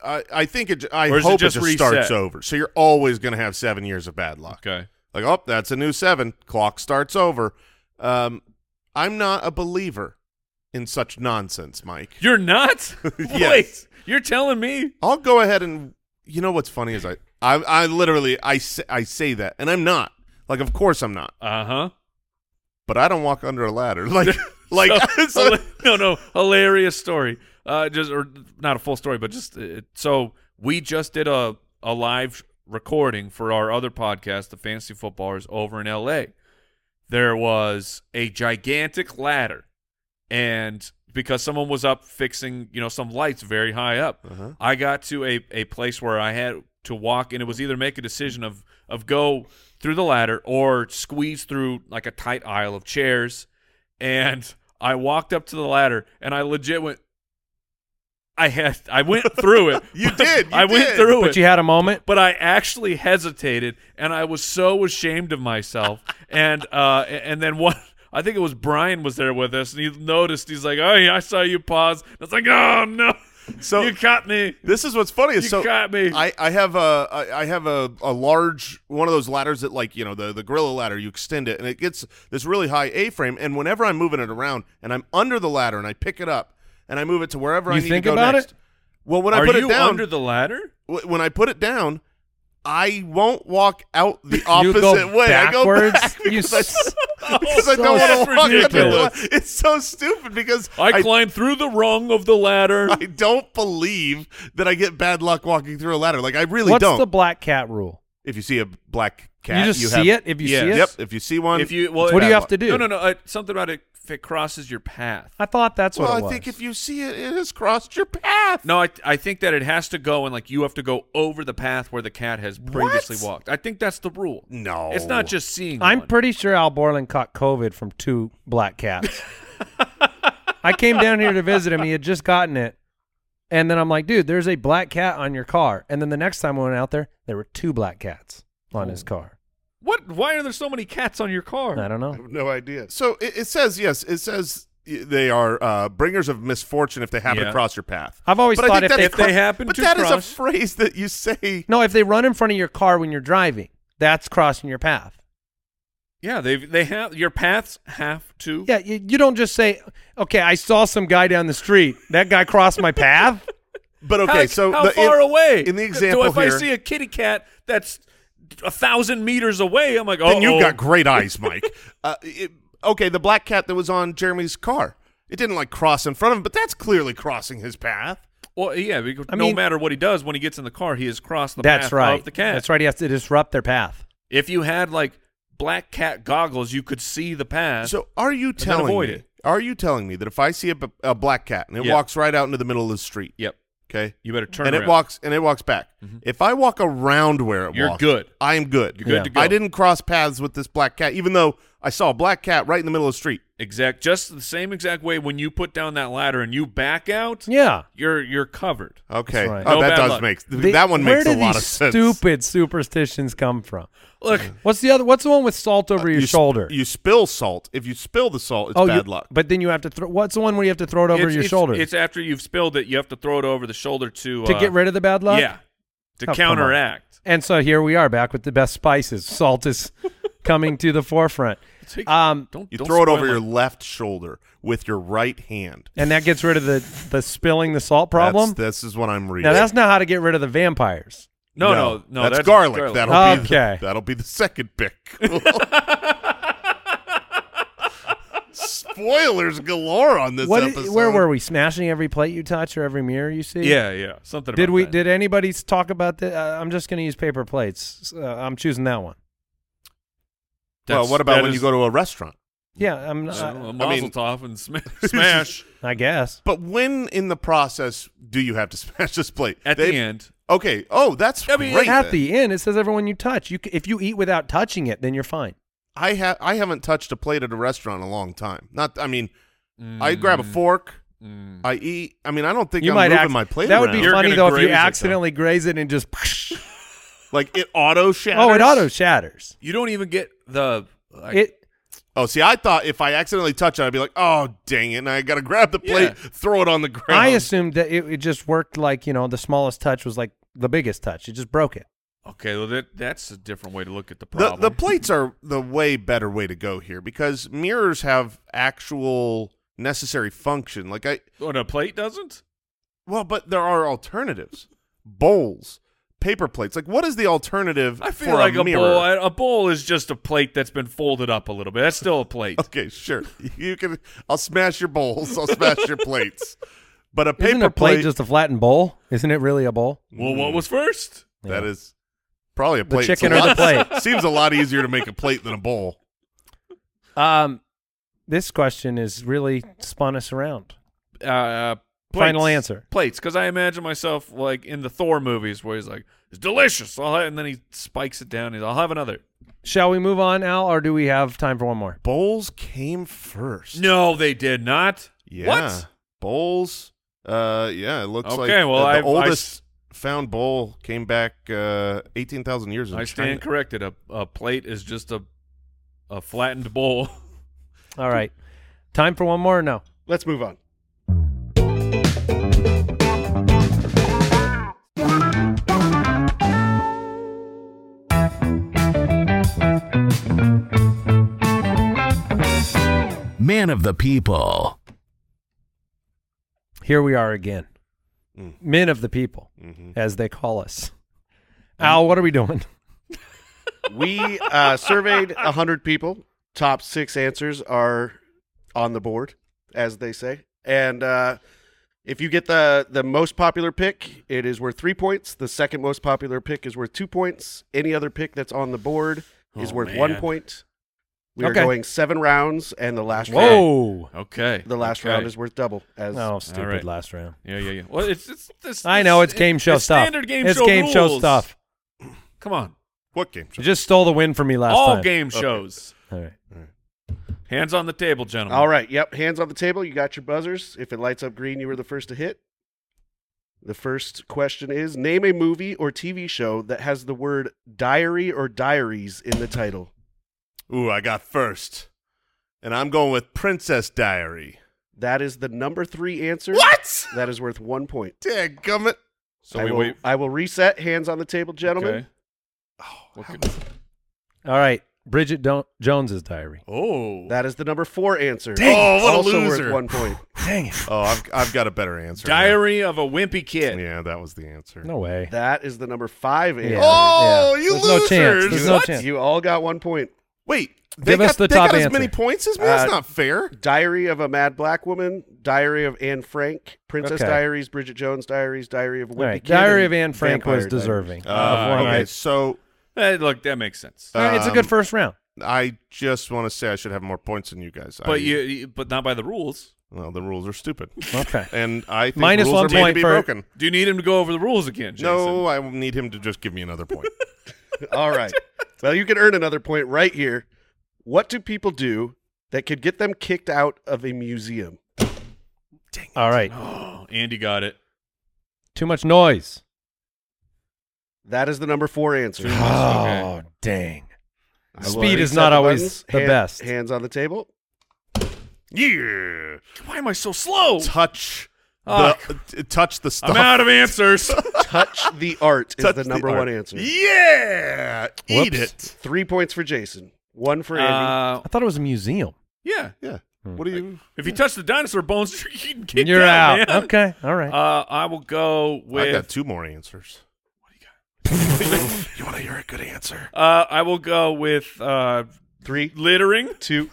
[SPEAKER 4] I, I think it. j- I
[SPEAKER 2] Or is it
[SPEAKER 4] hope
[SPEAKER 2] just
[SPEAKER 4] it just
[SPEAKER 2] reset?
[SPEAKER 4] starts over. So you're always going to have seven years of bad luck.
[SPEAKER 2] Okay.
[SPEAKER 4] Like, oh, that's a new seven. Clock starts over. Um, I'm not a believer in such nonsense, Mike.
[SPEAKER 2] You're not.
[SPEAKER 4] Yes.
[SPEAKER 2] Wait. You're telling me
[SPEAKER 4] I'll go ahead and you know what's funny is I I, I literally I say, I say that and I'm not like of course I'm not
[SPEAKER 2] Uh huh.
[SPEAKER 4] but I don't walk under a ladder *laughs* like like *laughs* so-
[SPEAKER 2] *laughs* so, no, no, hilarious story. Uh, just or not a full story, but just uh, so we just did a a live recording for our other podcast, the Fantasy Footballers, over in L.A. There was a gigantic ladder, and because someone was up fixing, you know, some lights very high up,
[SPEAKER 4] Uh-huh.
[SPEAKER 2] I got to a a place where I had to walk, and it was either make a decision of of go through the ladder or squeeze through like a tight aisle of chairs and I walked up to the ladder and I legit went. I had I went through it.
[SPEAKER 4] *laughs* You
[SPEAKER 2] but-
[SPEAKER 4] did,
[SPEAKER 2] *laughs*
[SPEAKER 4] you
[SPEAKER 2] I went
[SPEAKER 4] did.
[SPEAKER 2] through
[SPEAKER 3] but
[SPEAKER 2] it.
[SPEAKER 3] you had a moment.
[SPEAKER 2] but I actually hesitated, and I was so ashamed of myself. and uh, a- and then one, *laughs* I think it was Brian was there with us, and he noticed. He's like, "Oh, yeah, I saw you pause." And I was like, "Oh no,
[SPEAKER 4] So-
[SPEAKER 2] you caught me."
[SPEAKER 4] This is what's funny. is
[SPEAKER 2] You
[SPEAKER 4] so
[SPEAKER 2] got me.
[SPEAKER 4] I, I have a I I have a, a large one of those ladders that like you know the the gorilla ladder. You extend it and it gets this really high A frame. And whenever I'm moving it around and I'm under the ladder and I pick it up and I move it to wherever I
[SPEAKER 3] You
[SPEAKER 4] need
[SPEAKER 3] think
[SPEAKER 4] to go
[SPEAKER 3] about
[SPEAKER 4] next.
[SPEAKER 3] it?
[SPEAKER 4] Well, when
[SPEAKER 2] Are
[SPEAKER 4] I put
[SPEAKER 2] you
[SPEAKER 4] it down,
[SPEAKER 2] under the ladder?
[SPEAKER 4] wh- when I put it down, I won't walk out
[SPEAKER 3] *laughs*
[SPEAKER 4] the
[SPEAKER 3] You
[SPEAKER 4] opposite
[SPEAKER 3] go
[SPEAKER 4] way. I go
[SPEAKER 3] backwards. *laughs*
[SPEAKER 4] back
[SPEAKER 3] You
[SPEAKER 4] *laughs* because, I,
[SPEAKER 3] s-
[SPEAKER 4] because I
[SPEAKER 3] so
[SPEAKER 4] don't want to walk under the
[SPEAKER 2] ridiculous.
[SPEAKER 4] ladder. It's so stupid because
[SPEAKER 2] I, climbed through the rung of the ladder.
[SPEAKER 4] I don't believe that I get bad luck walking through a ladder. Like I really
[SPEAKER 3] What's
[SPEAKER 4] don't.
[SPEAKER 3] the black cat rule?
[SPEAKER 4] if you see a black cat,
[SPEAKER 3] you just
[SPEAKER 4] have,
[SPEAKER 3] see it if you
[SPEAKER 2] Yeah.
[SPEAKER 3] see it.
[SPEAKER 4] Yep. If you see one,
[SPEAKER 2] if you well,
[SPEAKER 3] What do you
[SPEAKER 4] bad
[SPEAKER 3] have
[SPEAKER 4] luck.
[SPEAKER 3] to do?
[SPEAKER 2] No, no, no. Uh, something about it if it crosses your path.
[SPEAKER 3] I thought that's
[SPEAKER 4] well,
[SPEAKER 3] what
[SPEAKER 4] I
[SPEAKER 3] it was.
[SPEAKER 4] think if you see it, it has crossed your path.
[SPEAKER 2] No, I I think that it has to go and like you have to go over the path where the cat has previously
[SPEAKER 4] What?
[SPEAKER 2] walked. I think that's the rule.
[SPEAKER 4] No.
[SPEAKER 2] It's not just seeing.
[SPEAKER 3] I'm
[SPEAKER 2] one.
[SPEAKER 3] pretty sure Al Borland caught COVID from two black
[SPEAKER 4] *laughs*
[SPEAKER 3] cats. I came down here to visit him. He had just gotten it. And then I'm like, dude, there's a black cat on your car. And then the next time I went out there, there were two black cats on
[SPEAKER 4] Oh.
[SPEAKER 3] his car.
[SPEAKER 2] What? Why are there so many cats on your car?
[SPEAKER 3] I don't know.
[SPEAKER 4] have no idea. So it, it says yes. It says y- they are uh, bringers of misfortune if they happen to
[SPEAKER 2] Yeah.
[SPEAKER 4] cross your path.
[SPEAKER 3] I've always
[SPEAKER 4] But I
[SPEAKER 3] thought
[SPEAKER 4] think
[SPEAKER 3] if they,
[SPEAKER 4] that's
[SPEAKER 2] If they happen
[SPEAKER 4] but
[SPEAKER 2] to
[SPEAKER 4] that is
[SPEAKER 2] cross-
[SPEAKER 4] a phrase that you say.
[SPEAKER 3] no, if they run in front of your car when you're driving, that's crossing your path.
[SPEAKER 2] Yeah, they they have your paths have to.
[SPEAKER 3] Yeah, you, you don't just say, okay, I saw some guy down the street. That guy crossed my path.
[SPEAKER 4] But okay,
[SPEAKER 2] How-
[SPEAKER 4] so
[SPEAKER 2] how
[SPEAKER 4] the- in-
[SPEAKER 2] far away?
[SPEAKER 4] in the
[SPEAKER 2] so
[SPEAKER 4] example
[SPEAKER 2] if I
[SPEAKER 4] here,
[SPEAKER 2] see a kitty cat that's a thousand meters away, I'm like, oh,
[SPEAKER 4] then you've got
[SPEAKER 2] *laughs*
[SPEAKER 4] great eyes, Mike. uh, it, okay, the black cat that was on Jeremy's car, it didn't like cross in front of him, but that's clearly crossing his path.
[SPEAKER 2] Well, yeah, because
[SPEAKER 3] I
[SPEAKER 2] no
[SPEAKER 3] mean-
[SPEAKER 2] matter what he does, when he gets in the car, he has crossed *laughs* the
[SPEAKER 3] That's
[SPEAKER 2] path
[SPEAKER 3] right.
[SPEAKER 2] of the cat.
[SPEAKER 3] That's right. He has to disrupt their path.
[SPEAKER 2] If you had like black cat goggles, you could see the path.
[SPEAKER 4] So are you
[SPEAKER 2] then
[SPEAKER 4] telling
[SPEAKER 2] avoid
[SPEAKER 4] me?
[SPEAKER 2] it.
[SPEAKER 4] Are you telling me that if I see a, b- a black cat and it
[SPEAKER 2] Yeah.
[SPEAKER 4] walks right out into the middle of the street,
[SPEAKER 2] yep,
[SPEAKER 4] okay,
[SPEAKER 2] you better turn
[SPEAKER 4] and
[SPEAKER 2] around. Mm-hmm.
[SPEAKER 4] it walks and it walks back, if I walk around where it
[SPEAKER 2] You're
[SPEAKER 4] walks,
[SPEAKER 2] good.
[SPEAKER 4] I am good.
[SPEAKER 2] You're good Yeah. to go.
[SPEAKER 4] I didn't cross paths with this black cat, even though I saw a black cat right in the middle of the street.
[SPEAKER 2] exact, just the same exact way when you put down that ladder and you back out.
[SPEAKER 3] Yeah.
[SPEAKER 2] You're you're covered.
[SPEAKER 4] Okay,
[SPEAKER 3] right.
[SPEAKER 4] oh,
[SPEAKER 2] No
[SPEAKER 4] that
[SPEAKER 2] bad
[SPEAKER 4] does
[SPEAKER 2] luck.
[SPEAKER 4] make
[SPEAKER 3] They-
[SPEAKER 4] that one makes
[SPEAKER 3] where
[SPEAKER 4] a
[SPEAKER 3] do
[SPEAKER 4] lot of
[SPEAKER 3] these
[SPEAKER 4] sense.
[SPEAKER 3] Stupid superstitions come from.
[SPEAKER 2] Look,
[SPEAKER 3] What's the other? What's the one with salt over your
[SPEAKER 4] Uh, you sp-
[SPEAKER 3] shoulder?
[SPEAKER 4] you spill salt. If you spill the salt, it's
[SPEAKER 3] oh,
[SPEAKER 4] bad
[SPEAKER 3] you-
[SPEAKER 4] luck.
[SPEAKER 3] But then you have to throw. What's the one where you have to throw it over
[SPEAKER 2] it's,
[SPEAKER 3] your
[SPEAKER 2] it's-
[SPEAKER 3] shoulder
[SPEAKER 2] It's after you've spilled it, you have to throw it over the shoulder to
[SPEAKER 3] to
[SPEAKER 2] uh,
[SPEAKER 3] get rid of the bad luck?
[SPEAKER 2] Yeah, to
[SPEAKER 3] Oh, come on.
[SPEAKER 2] counteract.
[SPEAKER 3] And so here we are back with the best spices. Salt
[SPEAKER 2] *laughs*
[SPEAKER 3] is coming to the forefront.
[SPEAKER 2] Take-
[SPEAKER 3] Um,
[SPEAKER 2] don't
[SPEAKER 4] You
[SPEAKER 2] don't
[SPEAKER 4] throw it
[SPEAKER 2] spoil
[SPEAKER 4] over
[SPEAKER 2] my-
[SPEAKER 4] your left shoulder with your right hand.
[SPEAKER 3] and that gets rid of the the spilling the salt problem.
[SPEAKER 4] That's, this is what I'm reading.
[SPEAKER 3] now that's not how to get rid of the vampires.
[SPEAKER 2] no no no,
[SPEAKER 4] that's,
[SPEAKER 3] *laughs*
[SPEAKER 4] garlic. That'll be
[SPEAKER 3] Okay.
[SPEAKER 4] the, that'll be the second pick. *laughs* Spoilers galore on this
[SPEAKER 3] What? i-
[SPEAKER 4] episode.
[SPEAKER 3] where were we? Smashing every plate you touch or every mirror you see?
[SPEAKER 2] yeah yeah something.
[SPEAKER 3] Did
[SPEAKER 2] about
[SPEAKER 3] we?
[SPEAKER 2] that.
[SPEAKER 3] Did anybody s- talk about the? Uh, I'm just going to use paper plates. Uh, I'm choosing that one.
[SPEAKER 4] Well,
[SPEAKER 2] That's-
[SPEAKER 4] what about
[SPEAKER 2] that
[SPEAKER 4] when
[SPEAKER 2] is-
[SPEAKER 4] you go to a restaurant?
[SPEAKER 3] Yeah, I'm.
[SPEAKER 2] I
[SPEAKER 3] I,
[SPEAKER 2] don't know,
[SPEAKER 4] I mean-
[SPEAKER 2] Mazel tov
[SPEAKER 4] *laughs*
[SPEAKER 2] and sma- smash
[SPEAKER 3] I guess.
[SPEAKER 4] But when in the process do you have to *laughs* smash this plate?
[SPEAKER 2] at
[SPEAKER 4] They-
[SPEAKER 2] the end.
[SPEAKER 4] Okay. Oh, that's
[SPEAKER 2] I mean,
[SPEAKER 4] great.
[SPEAKER 3] At
[SPEAKER 4] then.
[SPEAKER 3] the end, it says everyone you touch. You c- if you eat without touching it, then you're fine.
[SPEAKER 4] I have I haven't touched a plate at a restaurant in a long time. Not I mean, I
[SPEAKER 2] Mm.
[SPEAKER 4] grab a fork, I eat. I mean, I don't think
[SPEAKER 3] you
[SPEAKER 4] I'm
[SPEAKER 3] might
[SPEAKER 4] moving
[SPEAKER 3] acc-
[SPEAKER 4] my plate
[SPEAKER 3] That would
[SPEAKER 4] around.
[SPEAKER 3] be
[SPEAKER 2] You're
[SPEAKER 3] funny
[SPEAKER 2] gonna
[SPEAKER 3] though if
[SPEAKER 2] graze
[SPEAKER 3] you
[SPEAKER 2] it, though.
[SPEAKER 3] accidentally graze it and just. *laughs*
[SPEAKER 4] like it auto shatters.
[SPEAKER 3] Oh, it auto shatters.
[SPEAKER 2] You don't even get the. Like,
[SPEAKER 3] It.
[SPEAKER 4] Oh, see, I thought if I accidentally touch it, I'd be like, oh, dang it. And I got to grab the plate,
[SPEAKER 2] Yeah.
[SPEAKER 4] throw it on the ground.
[SPEAKER 3] I assumed that it, it just worked like you know the smallest touch was like the biggest touch. It just broke it.
[SPEAKER 2] okay, well that that's a different way to look at the
[SPEAKER 4] the,
[SPEAKER 2] problem.
[SPEAKER 4] the plates are the way better way to go here because mirrors have actual necessary function. Like, I,
[SPEAKER 2] What, a plate doesn't.
[SPEAKER 4] well, but there are alternatives bowls, paper plates. Like, what is the alternative
[SPEAKER 2] I feel
[SPEAKER 4] for
[SPEAKER 2] like
[SPEAKER 4] a
[SPEAKER 2] a,
[SPEAKER 4] mirror?
[SPEAKER 2] bowl. A bowl is just a plate that's been folded up a little bit. That's still
[SPEAKER 4] *laughs*
[SPEAKER 2] a
[SPEAKER 4] *laughs*
[SPEAKER 2] plate.
[SPEAKER 4] Okay, sure. You can. I'll smash your bowls. I'll smash your plates. But a paper
[SPEAKER 3] Isn't a plate just a flattened bowl? Isn't it really a bowl?
[SPEAKER 2] well, what was first?
[SPEAKER 4] That
[SPEAKER 3] Yeah.
[SPEAKER 4] is probably a
[SPEAKER 3] The
[SPEAKER 4] plate. It's a
[SPEAKER 3] chicken or the
[SPEAKER 4] lot-
[SPEAKER 3] plate.
[SPEAKER 4] *laughs* Seems a lot easier to make a plate than a bowl.
[SPEAKER 3] Um, this question is really spun us around.
[SPEAKER 2] Uh, Uh, plates.
[SPEAKER 3] Final answer.
[SPEAKER 2] Plates, because I imagine myself like in the Thor movies where he's like, "It's delicious," I'll have, and then he spikes it down. He's, "I'll have another."
[SPEAKER 3] Shall we move on, Al, or do we have time for one more?
[SPEAKER 4] Bowls came first.
[SPEAKER 2] No, they did not.
[SPEAKER 4] Yeah.
[SPEAKER 2] What?
[SPEAKER 4] Bowls. Uh, yeah. It looks like uh,
[SPEAKER 2] Okay, well,
[SPEAKER 4] the, the
[SPEAKER 2] I've- I
[SPEAKER 4] oldest found bowl came back uh, eighteen thousand years. In
[SPEAKER 2] I stand
[SPEAKER 4] China.
[SPEAKER 2] corrected. A, a plate is just a a flattened bowl. *laughs*
[SPEAKER 3] All right, time for one more. Or no.
[SPEAKER 4] Let's move on.
[SPEAKER 1] Man of the people.
[SPEAKER 3] Here we are again.
[SPEAKER 4] Mm.
[SPEAKER 3] Men of the people,
[SPEAKER 2] Mm-hmm.
[SPEAKER 3] as they call us. Al, what are we doing?
[SPEAKER 5] we uh, surveyed 100 people. Top six answers are on the board, as they say. And uh, if you get the, the most popular pick, it is worth three points. The second most popular pick is worth two points. Any other pick that's on the board is
[SPEAKER 2] Oh,
[SPEAKER 5] worth
[SPEAKER 2] man.
[SPEAKER 5] one point. We
[SPEAKER 3] Okay.
[SPEAKER 5] are going seven rounds, and the last round,
[SPEAKER 3] *laughs* Whoa!
[SPEAKER 2] Okay.
[SPEAKER 5] the last
[SPEAKER 2] Okay.
[SPEAKER 5] round is worth double. As
[SPEAKER 3] Oh, stupid
[SPEAKER 2] right.
[SPEAKER 3] last round.
[SPEAKER 2] Yeah, yeah, yeah. Well, it's it's this.
[SPEAKER 3] I know it's game show
[SPEAKER 2] it's
[SPEAKER 3] stuff.
[SPEAKER 2] Standard game
[SPEAKER 3] it's
[SPEAKER 2] show
[SPEAKER 3] game show
[SPEAKER 2] rules.
[SPEAKER 3] stuff.
[SPEAKER 2] Come on,
[SPEAKER 4] What game? show?
[SPEAKER 3] You just stole the win from me last
[SPEAKER 2] all
[SPEAKER 3] time.
[SPEAKER 2] game shows.
[SPEAKER 3] All right.
[SPEAKER 2] Hands on the table, gentlemen.
[SPEAKER 5] All right. Yep. Hands on the table. You got your buzzers. If it lights up green, you were the first to hit. The first question is Name a movie or TV show that has the word diary or diaries in the title.
[SPEAKER 4] Ooh, I got first, and I'm going with Princess Diary.
[SPEAKER 5] That is the number three answer.
[SPEAKER 4] What?
[SPEAKER 5] That is worth one point.
[SPEAKER 4] Dadgummit.
[SPEAKER 2] So
[SPEAKER 5] I,
[SPEAKER 2] we
[SPEAKER 5] will,
[SPEAKER 2] wait.
[SPEAKER 5] I will reset. Hands on the table, gentlemen.
[SPEAKER 2] Okay. What could-
[SPEAKER 3] All right. Bridget Don- Jones's diary.
[SPEAKER 6] Oh.
[SPEAKER 4] That is the number four answer.
[SPEAKER 6] Dang. Oh, what a
[SPEAKER 4] also worth
[SPEAKER 6] loser.
[SPEAKER 4] one point.
[SPEAKER 3] Dang it.
[SPEAKER 6] Oh, I've, I've got a better answer.
[SPEAKER 2] Diary of a Wimpy Kid.
[SPEAKER 6] Yeah, that was the answer.
[SPEAKER 3] No way.
[SPEAKER 4] That is the number five answer.
[SPEAKER 3] Yeah.
[SPEAKER 6] Oh,
[SPEAKER 3] Yeah.
[SPEAKER 6] you
[SPEAKER 3] There's
[SPEAKER 6] losers.
[SPEAKER 3] no chance. There's no
[SPEAKER 6] What?
[SPEAKER 3] chance.
[SPEAKER 4] You all got one point.
[SPEAKER 6] Wait, they
[SPEAKER 3] Give
[SPEAKER 6] got,
[SPEAKER 3] us the
[SPEAKER 6] they
[SPEAKER 3] top
[SPEAKER 6] got as
[SPEAKER 3] answer.
[SPEAKER 6] many points as me? That's
[SPEAKER 4] Uh,
[SPEAKER 6] not fair.
[SPEAKER 4] Diary of a Mad Black Woman, Diary of Anne Frank, Princess
[SPEAKER 3] Okay.
[SPEAKER 4] Diaries, Bridget Jones Diaries, Diary of Wimpy
[SPEAKER 3] All right.
[SPEAKER 4] Kid,
[SPEAKER 3] Diary of
[SPEAKER 4] and
[SPEAKER 3] Anne Frank
[SPEAKER 4] Vampire
[SPEAKER 3] was
[SPEAKER 4] Diaries.
[SPEAKER 3] deserving
[SPEAKER 6] Uh,
[SPEAKER 3] of one. Um,
[SPEAKER 6] okay,
[SPEAKER 3] right.
[SPEAKER 6] so
[SPEAKER 2] Hey, look, that makes sense.
[SPEAKER 3] All right, it's a good first round.
[SPEAKER 6] I just want to say I should have more points than you guys. I,
[SPEAKER 2] But you, you, but not by the rules.
[SPEAKER 6] well, the rules are stupid,
[SPEAKER 3] Okay.
[SPEAKER 6] *laughs* and I think
[SPEAKER 3] Minus
[SPEAKER 6] rules
[SPEAKER 3] one
[SPEAKER 6] are made to
[SPEAKER 3] point
[SPEAKER 6] be
[SPEAKER 3] for-
[SPEAKER 6] broken.
[SPEAKER 2] Do you need him to go over the rules again? Jason?
[SPEAKER 6] No, I need him to just give me another point. *laughs*
[SPEAKER 4] All right. Well, you can earn another point right here. What do people do that could get them kicked out of a museum?
[SPEAKER 3] All right.
[SPEAKER 2] Oh, *gasps* Andy got it.
[SPEAKER 3] Too much noise.
[SPEAKER 4] That is the number four answer.
[SPEAKER 2] Too much. Okay.
[SPEAKER 3] dang.
[SPEAKER 4] I will
[SPEAKER 3] Speed is
[SPEAKER 4] reset
[SPEAKER 3] not
[SPEAKER 4] the
[SPEAKER 3] always
[SPEAKER 4] buttons.
[SPEAKER 3] the
[SPEAKER 4] Hand-
[SPEAKER 3] best.
[SPEAKER 4] Hands on the table.
[SPEAKER 6] yeah,
[SPEAKER 2] Why am I so slow?
[SPEAKER 6] touch
[SPEAKER 2] Ah,
[SPEAKER 6] the t- touch the stuff.
[SPEAKER 2] I'm out of
[SPEAKER 6] *laughs*
[SPEAKER 2] answers.
[SPEAKER 4] Touch the art is
[SPEAKER 6] Touch
[SPEAKER 4] the number
[SPEAKER 6] art.
[SPEAKER 4] one answer.
[SPEAKER 6] Yeah, eat
[SPEAKER 3] Whoops.
[SPEAKER 6] it.
[SPEAKER 4] Three points for Jason, one for Andy.
[SPEAKER 2] Uh,
[SPEAKER 3] I thought it was a museum.
[SPEAKER 2] yeah.
[SPEAKER 6] Yeah. What do you?
[SPEAKER 2] If you touch the dinosaur bones, *laughs* you're getting
[SPEAKER 3] Hmm.
[SPEAKER 2] kicked
[SPEAKER 3] You're out.
[SPEAKER 2] man.
[SPEAKER 3] Okay. All right.
[SPEAKER 2] Uh, I will go
[SPEAKER 6] I got
[SPEAKER 2] with.
[SPEAKER 6] two more answers. What do you got? you want to hear a good answer?
[SPEAKER 2] Uh, I will go with uh,
[SPEAKER 4] Three,
[SPEAKER 2] littering.
[SPEAKER 4] two.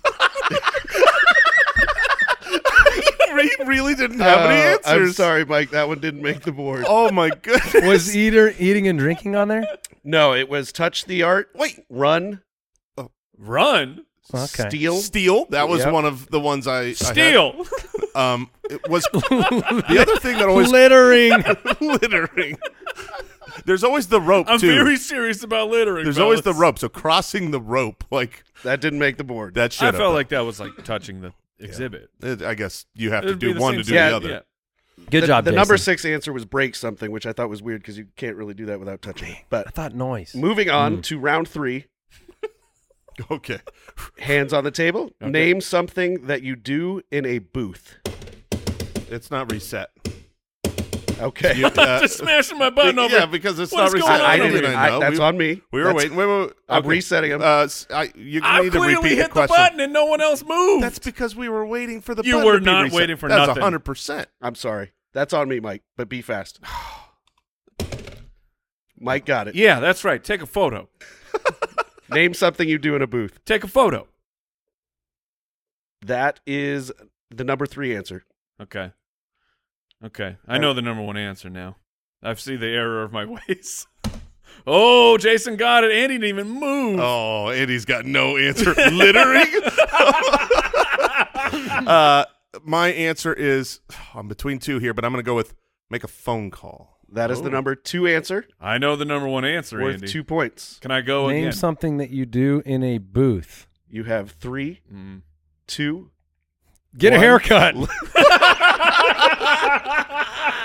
[SPEAKER 6] Ray really didn't have any
[SPEAKER 4] Uh,
[SPEAKER 6] answers.
[SPEAKER 4] I'm sorry, Mike. That one didn't make the board.
[SPEAKER 6] Oh my *laughs* goodness.
[SPEAKER 3] was eater eating and drinking on there?
[SPEAKER 4] No, it was touch the art.
[SPEAKER 6] Wait.
[SPEAKER 4] run,
[SPEAKER 2] Run.
[SPEAKER 3] Okay.
[SPEAKER 4] steal.
[SPEAKER 6] Steel. That was
[SPEAKER 4] Yep.
[SPEAKER 6] one of the ones I I had.
[SPEAKER 2] Steal.
[SPEAKER 6] *laughs* Um, it was *laughs* the other thing that always
[SPEAKER 3] Littering.
[SPEAKER 6] littering. There's always the rope
[SPEAKER 2] I'm
[SPEAKER 6] too.
[SPEAKER 2] very serious about littering.
[SPEAKER 6] There's always the
[SPEAKER 2] fellas.
[SPEAKER 6] rope. So crossing the rope, like
[SPEAKER 4] That didn't make the board.
[SPEAKER 6] that should.
[SPEAKER 2] I
[SPEAKER 6] have
[SPEAKER 2] felt like that was like touching the exhibit.
[SPEAKER 6] It- I guess you have to
[SPEAKER 2] It'd be
[SPEAKER 6] do
[SPEAKER 2] the
[SPEAKER 6] one
[SPEAKER 2] same
[SPEAKER 6] to do
[SPEAKER 2] thing.
[SPEAKER 6] the other.
[SPEAKER 2] Yeah.
[SPEAKER 6] *laughs*
[SPEAKER 3] Good
[SPEAKER 4] the,
[SPEAKER 3] job,
[SPEAKER 4] The
[SPEAKER 3] Jason.
[SPEAKER 4] number six answer was break something, which I thought was weird because you can't really do that without touching. it.
[SPEAKER 3] I
[SPEAKER 4] But
[SPEAKER 3] thought noise.
[SPEAKER 4] moving on to round three,
[SPEAKER 6] *laughs* Okay.
[SPEAKER 4] hands on the table. Name something that you do in a booth.
[SPEAKER 6] It's not *laughs* reset.
[SPEAKER 4] Okay,
[SPEAKER 6] You-
[SPEAKER 2] *laughs*
[SPEAKER 6] uh,
[SPEAKER 2] Just smashing my button
[SPEAKER 6] yeah,
[SPEAKER 2] over.
[SPEAKER 6] because it's
[SPEAKER 2] What is
[SPEAKER 6] not
[SPEAKER 2] going
[SPEAKER 6] reset.
[SPEAKER 2] on
[SPEAKER 6] I didn't
[SPEAKER 2] over
[SPEAKER 6] even
[SPEAKER 4] *laughs*
[SPEAKER 2] here?
[SPEAKER 4] I-
[SPEAKER 6] know.
[SPEAKER 4] that's
[SPEAKER 6] we,
[SPEAKER 4] on me.
[SPEAKER 6] We were
[SPEAKER 4] That's-
[SPEAKER 6] waiting. Wait, wait, wait.
[SPEAKER 4] I'm
[SPEAKER 6] Okay.
[SPEAKER 4] resetting 'em.
[SPEAKER 6] Uh, s- I, you
[SPEAKER 2] I
[SPEAKER 6] need to
[SPEAKER 2] clearly
[SPEAKER 6] repeat
[SPEAKER 2] hit
[SPEAKER 6] the question.
[SPEAKER 2] button and no one else moved.
[SPEAKER 6] That's because we were waiting for the.
[SPEAKER 2] You
[SPEAKER 6] button
[SPEAKER 2] were
[SPEAKER 6] to be
[SPEAKER 2] not
[SPEAKER 6] reset.
[SPEAKER 2] waiting for
[SPEAKER 6] That's
[SPEAKER 2] nothing.
[SPEAKER 6] hundred percent.
[SPEAKER 4] I'm sorry. That's on me, Mike. But be fast. Mike got it.
[SPEAKER 2] yeah, that's right. Take a photo.
[SPEAKER 4] Name something you do in a booth.
[SPEAKER 2] Take a photo.
[SPEAKER 4] That is the number three answer.
[SPEAKER 2] Okay. Okay. I know the number one answer now. I've seen the error of my *laughs* ways. Oh, Jason got it. Andy didn't even move.
[SPEAKER 6] Oh, Andy's got no answer. Littering. *laughs* uh, my answer is oh, I'm between two here, but I'm going to go with make a phone call.
[SPEAKER 4] That is the number two answer.
[SPEAKER 2] I know the number one answer,
[SPEAKER 4] worth
[SPEAKER 2] Andy.
[SPEAKER 4] two points.
[SPEAKER 2] Can I go
[SPEAKER 3] Name
[SPEAKER 2] again?
[SPEAKER 3] something that you do in a booth.
[SPEAKER 4] You have three,
[SPEAKER 2] Mm.
[SPEAKER 4] two.
[SPEAKER 3] Get
[SPEAKER 4] One.
[SPEAKER 3] a haircut.
[SPEAKER 6] *laughs*
[SPEAKER 2] *laughs*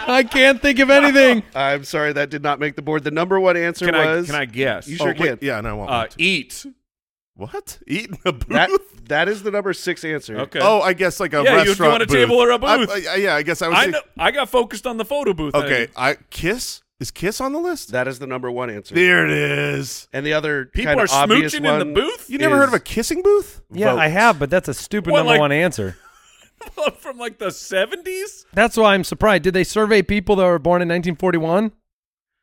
[SPEAKER 3] I can't think of anything.
[SPEAKER 4] I'm sorry, that did not make the board. The number one answer
[SPEAKER 2] Can I,
[SPEAKER 4] was
[SPEAKER 2] can I guess?
[SPEAKER 4] You sure
[SPEAKER 6] oh, wait,
[SPEAKER 4] can.
[SPEAKER 6] yeah, and I want
[SPEAKER 2] uh,
[SPEAKER 6] one too.
[SPEAKER 2] eat.
[SPEAKER 6] what? Eat in a booth?
[SPEAKER 4] that
[SPEAKER 6] *laughs*
[SPEAKER 4] that is the number six answer.
[SPEAKER 2] Okay.
[SPEAKER 6] Oh, I guess like a
[SPEAKER 2] Yeah, you- you
[SPEAKER 6] restaurant.
[SPEAKER 2] want a
[SPEAKER 6] booth.
[SPEAKER 2] table or a
[SPEAKER 6] I-
[SPEAKER 2] booth?
[SPEAKER 6] I- yeah, I guess I was.
[SPEAKER 2] I, know,
[SPEAKER 6] thinking-
[SPEAKER 2] I got focused on the photo booth.
[SPEAKER 6] okay,
[SPEAKER 2] thing.
[SPEAKER 6] I kiss is kiss on the list.
[SPEAKER 4] That is the number one answer.
[SPEAKER 6] there it is.
[SPEAKER 4] and the other
[SPEAKER 2] People
[SPEAKER 4] kind
[SPEAKER 2] are
[SPEAKER 4] of obvious
[SPEAKER 2] smooching in
[SPEAKER 4] one,
[SPEAKER 2] the booth?
[SPEAKER 6] You never
[SPEAKER 4] Is-
[SPEAKER 6] heard of a kissing booth?
[SPEAKER 3] Yeah, I
[SPEAKER 4] Vote.
[SPEAKER 3] have, but that's a stupid
[SPEAKER 2] What,
[SPEAKER 3] number
[SPEAKER 2] like-
[SPEAKER 3] one answer.
[SPEAKER 2] *laughs* From like the 70s?
[SPEAKER 3] That's why I'm surprised. Did they survey people that were born in 1941?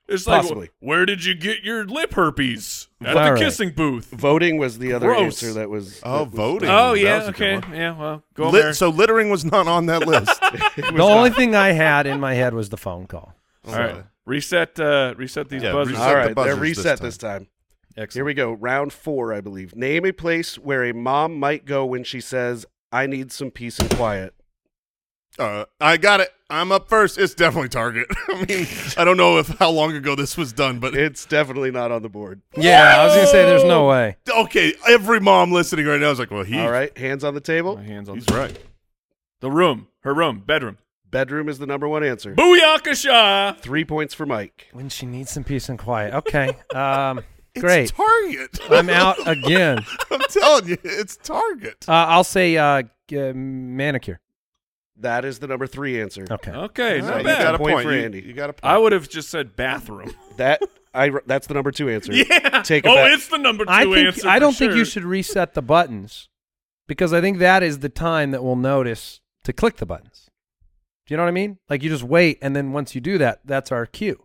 [SPEAKER 2] It's like,
[SPEAKER 4] Possibly.
[SPEAKER 2] where did you get your lip herpes? At
[SPEAKER 3] All
[SPEAKER 2] the
[SPEAKER 3] right.
[SPEAKER 2] kissing booth.
[SPEAKER 4] Voting was the other
[SPEAKER 2] Gross.
[SPEAKER 4] answer that was. that
[SPEAKER 6] Oh,
[SPEAKER 4] was-
[SPEAKER 6] voting.
[SPEAKER 2] Oh,
[SPEAKER 6] That
[SPEAKER 2] yeah.
[SPEAKER 6] was a good
[SPEAKER 2] Okay.
[SPEAKER 6] one.
[SPEAKER 2] Yeah, well, go
[SPEAKER 6] Lit-
[SPEAKER 2] there.
[SPEAKER 6] so littering was not on that
[SPEAKER 2] *laughs*
[SPEAKER 6] list.
[SPEAKER 3] The only thing I had in my head was the phone call.
[SPEAKER 2] All right. Reset uh, reset these
[SPEAKER 6] Yeah,
[SPEAKER 2] buzzers.
[SPEAKER 6] reset
[SPEAKER 4] All right,
[SPEAKER 6] the
[SPEAKER 4] they're
[SPEAKER 6] buzzers this
[SPEAKER 4] reset
[SPEAKER 6] time.
[SPEAKER 4] this time. Here
[SPEAKER 2] Excellent.
[SPEAKER 4] we go. Round four, I believe. Name a place where a mom might go when she says, "I need some peace and quiet."
[SPEAKER 6] Uh, I got it. I'm up first. It's definitely Target. *laughs* I mean, I don't know if how long ago this was done, but
[SPEAKER 4] It's definitely not on the board.
[SPEAKER 3] Yeah, I was gonna say there's no way.
[SPEAKER 6] okay. Every mom listening right now is like, "Well, he,
[SPEAKER 4] All right, hands on the table.
[SPEAKER 2] My hands on
[SPEAKER 6] he's
[SPEAKER 2] the-
[SPEAKER 6] right."
[SPEAKER 2] the room. Her room. Bedroom.
[SPEAKER 4] Bedroom is the number one answer.
[SPEAKER 2] Booyakasha!
[SPEAKER 4] Three points for Mike.
[SPEAKER 3] When she needs some peace and quiet. Okay.
[SPEAKER 2] *laughs*
[SPEAKER 3] Um,
[SPEAKER 6] It's
[SPEAKER 3] great.
[SPEAKER 6] Target. *laughs*
[SPEAKER 3] I'm out again.
[SPEAKER 6] I'm telling you, it's Target.
[SPEAKER 3] Uh, I'll say uh, g- uh, manicure.
[SPEAKER 4] That is the number three answer.
[SPEAKER 3] Okay.
[SPEAKER 2] Okay,
[SPEAKER 6] All right,
[SPEAKER 2] not
[SPEAKER 6] you
[SPEAKER 2] bad.
[SPEAKER 6] got a
[SPEAKER 4] Point
[SPEAKER 6] point.
[SPEAKER 4] for
[SPEAKER 6] you,
[SPEAKER 4] Andy.
[SPEAKER 6] you got a point.
[SPEAKER 2] I would have just said bathroom.
[SPEAKER 4] That I that's the number two answer.
[SPEAKER 2] *laughs* Yeah.
[SPEAKER 4] Take a
[SPEAKER 2] oh,
[SPEAKER 4] bet.
[SPEAKER 2] it's the number two
[SPEAKER 3] I think
[SPEAKER 2] answer.
[SPEAKER 3] I
[SPEAKER 2] for
[SPEAKER 3] don't think you
[SPEAKER 2] sure.
[SPEAKER 3] should reset the buttons because I think that is the time that we'll notice to click the buttons. Do you know what I mean? Like you just wait, and then once you do that, that's our cue.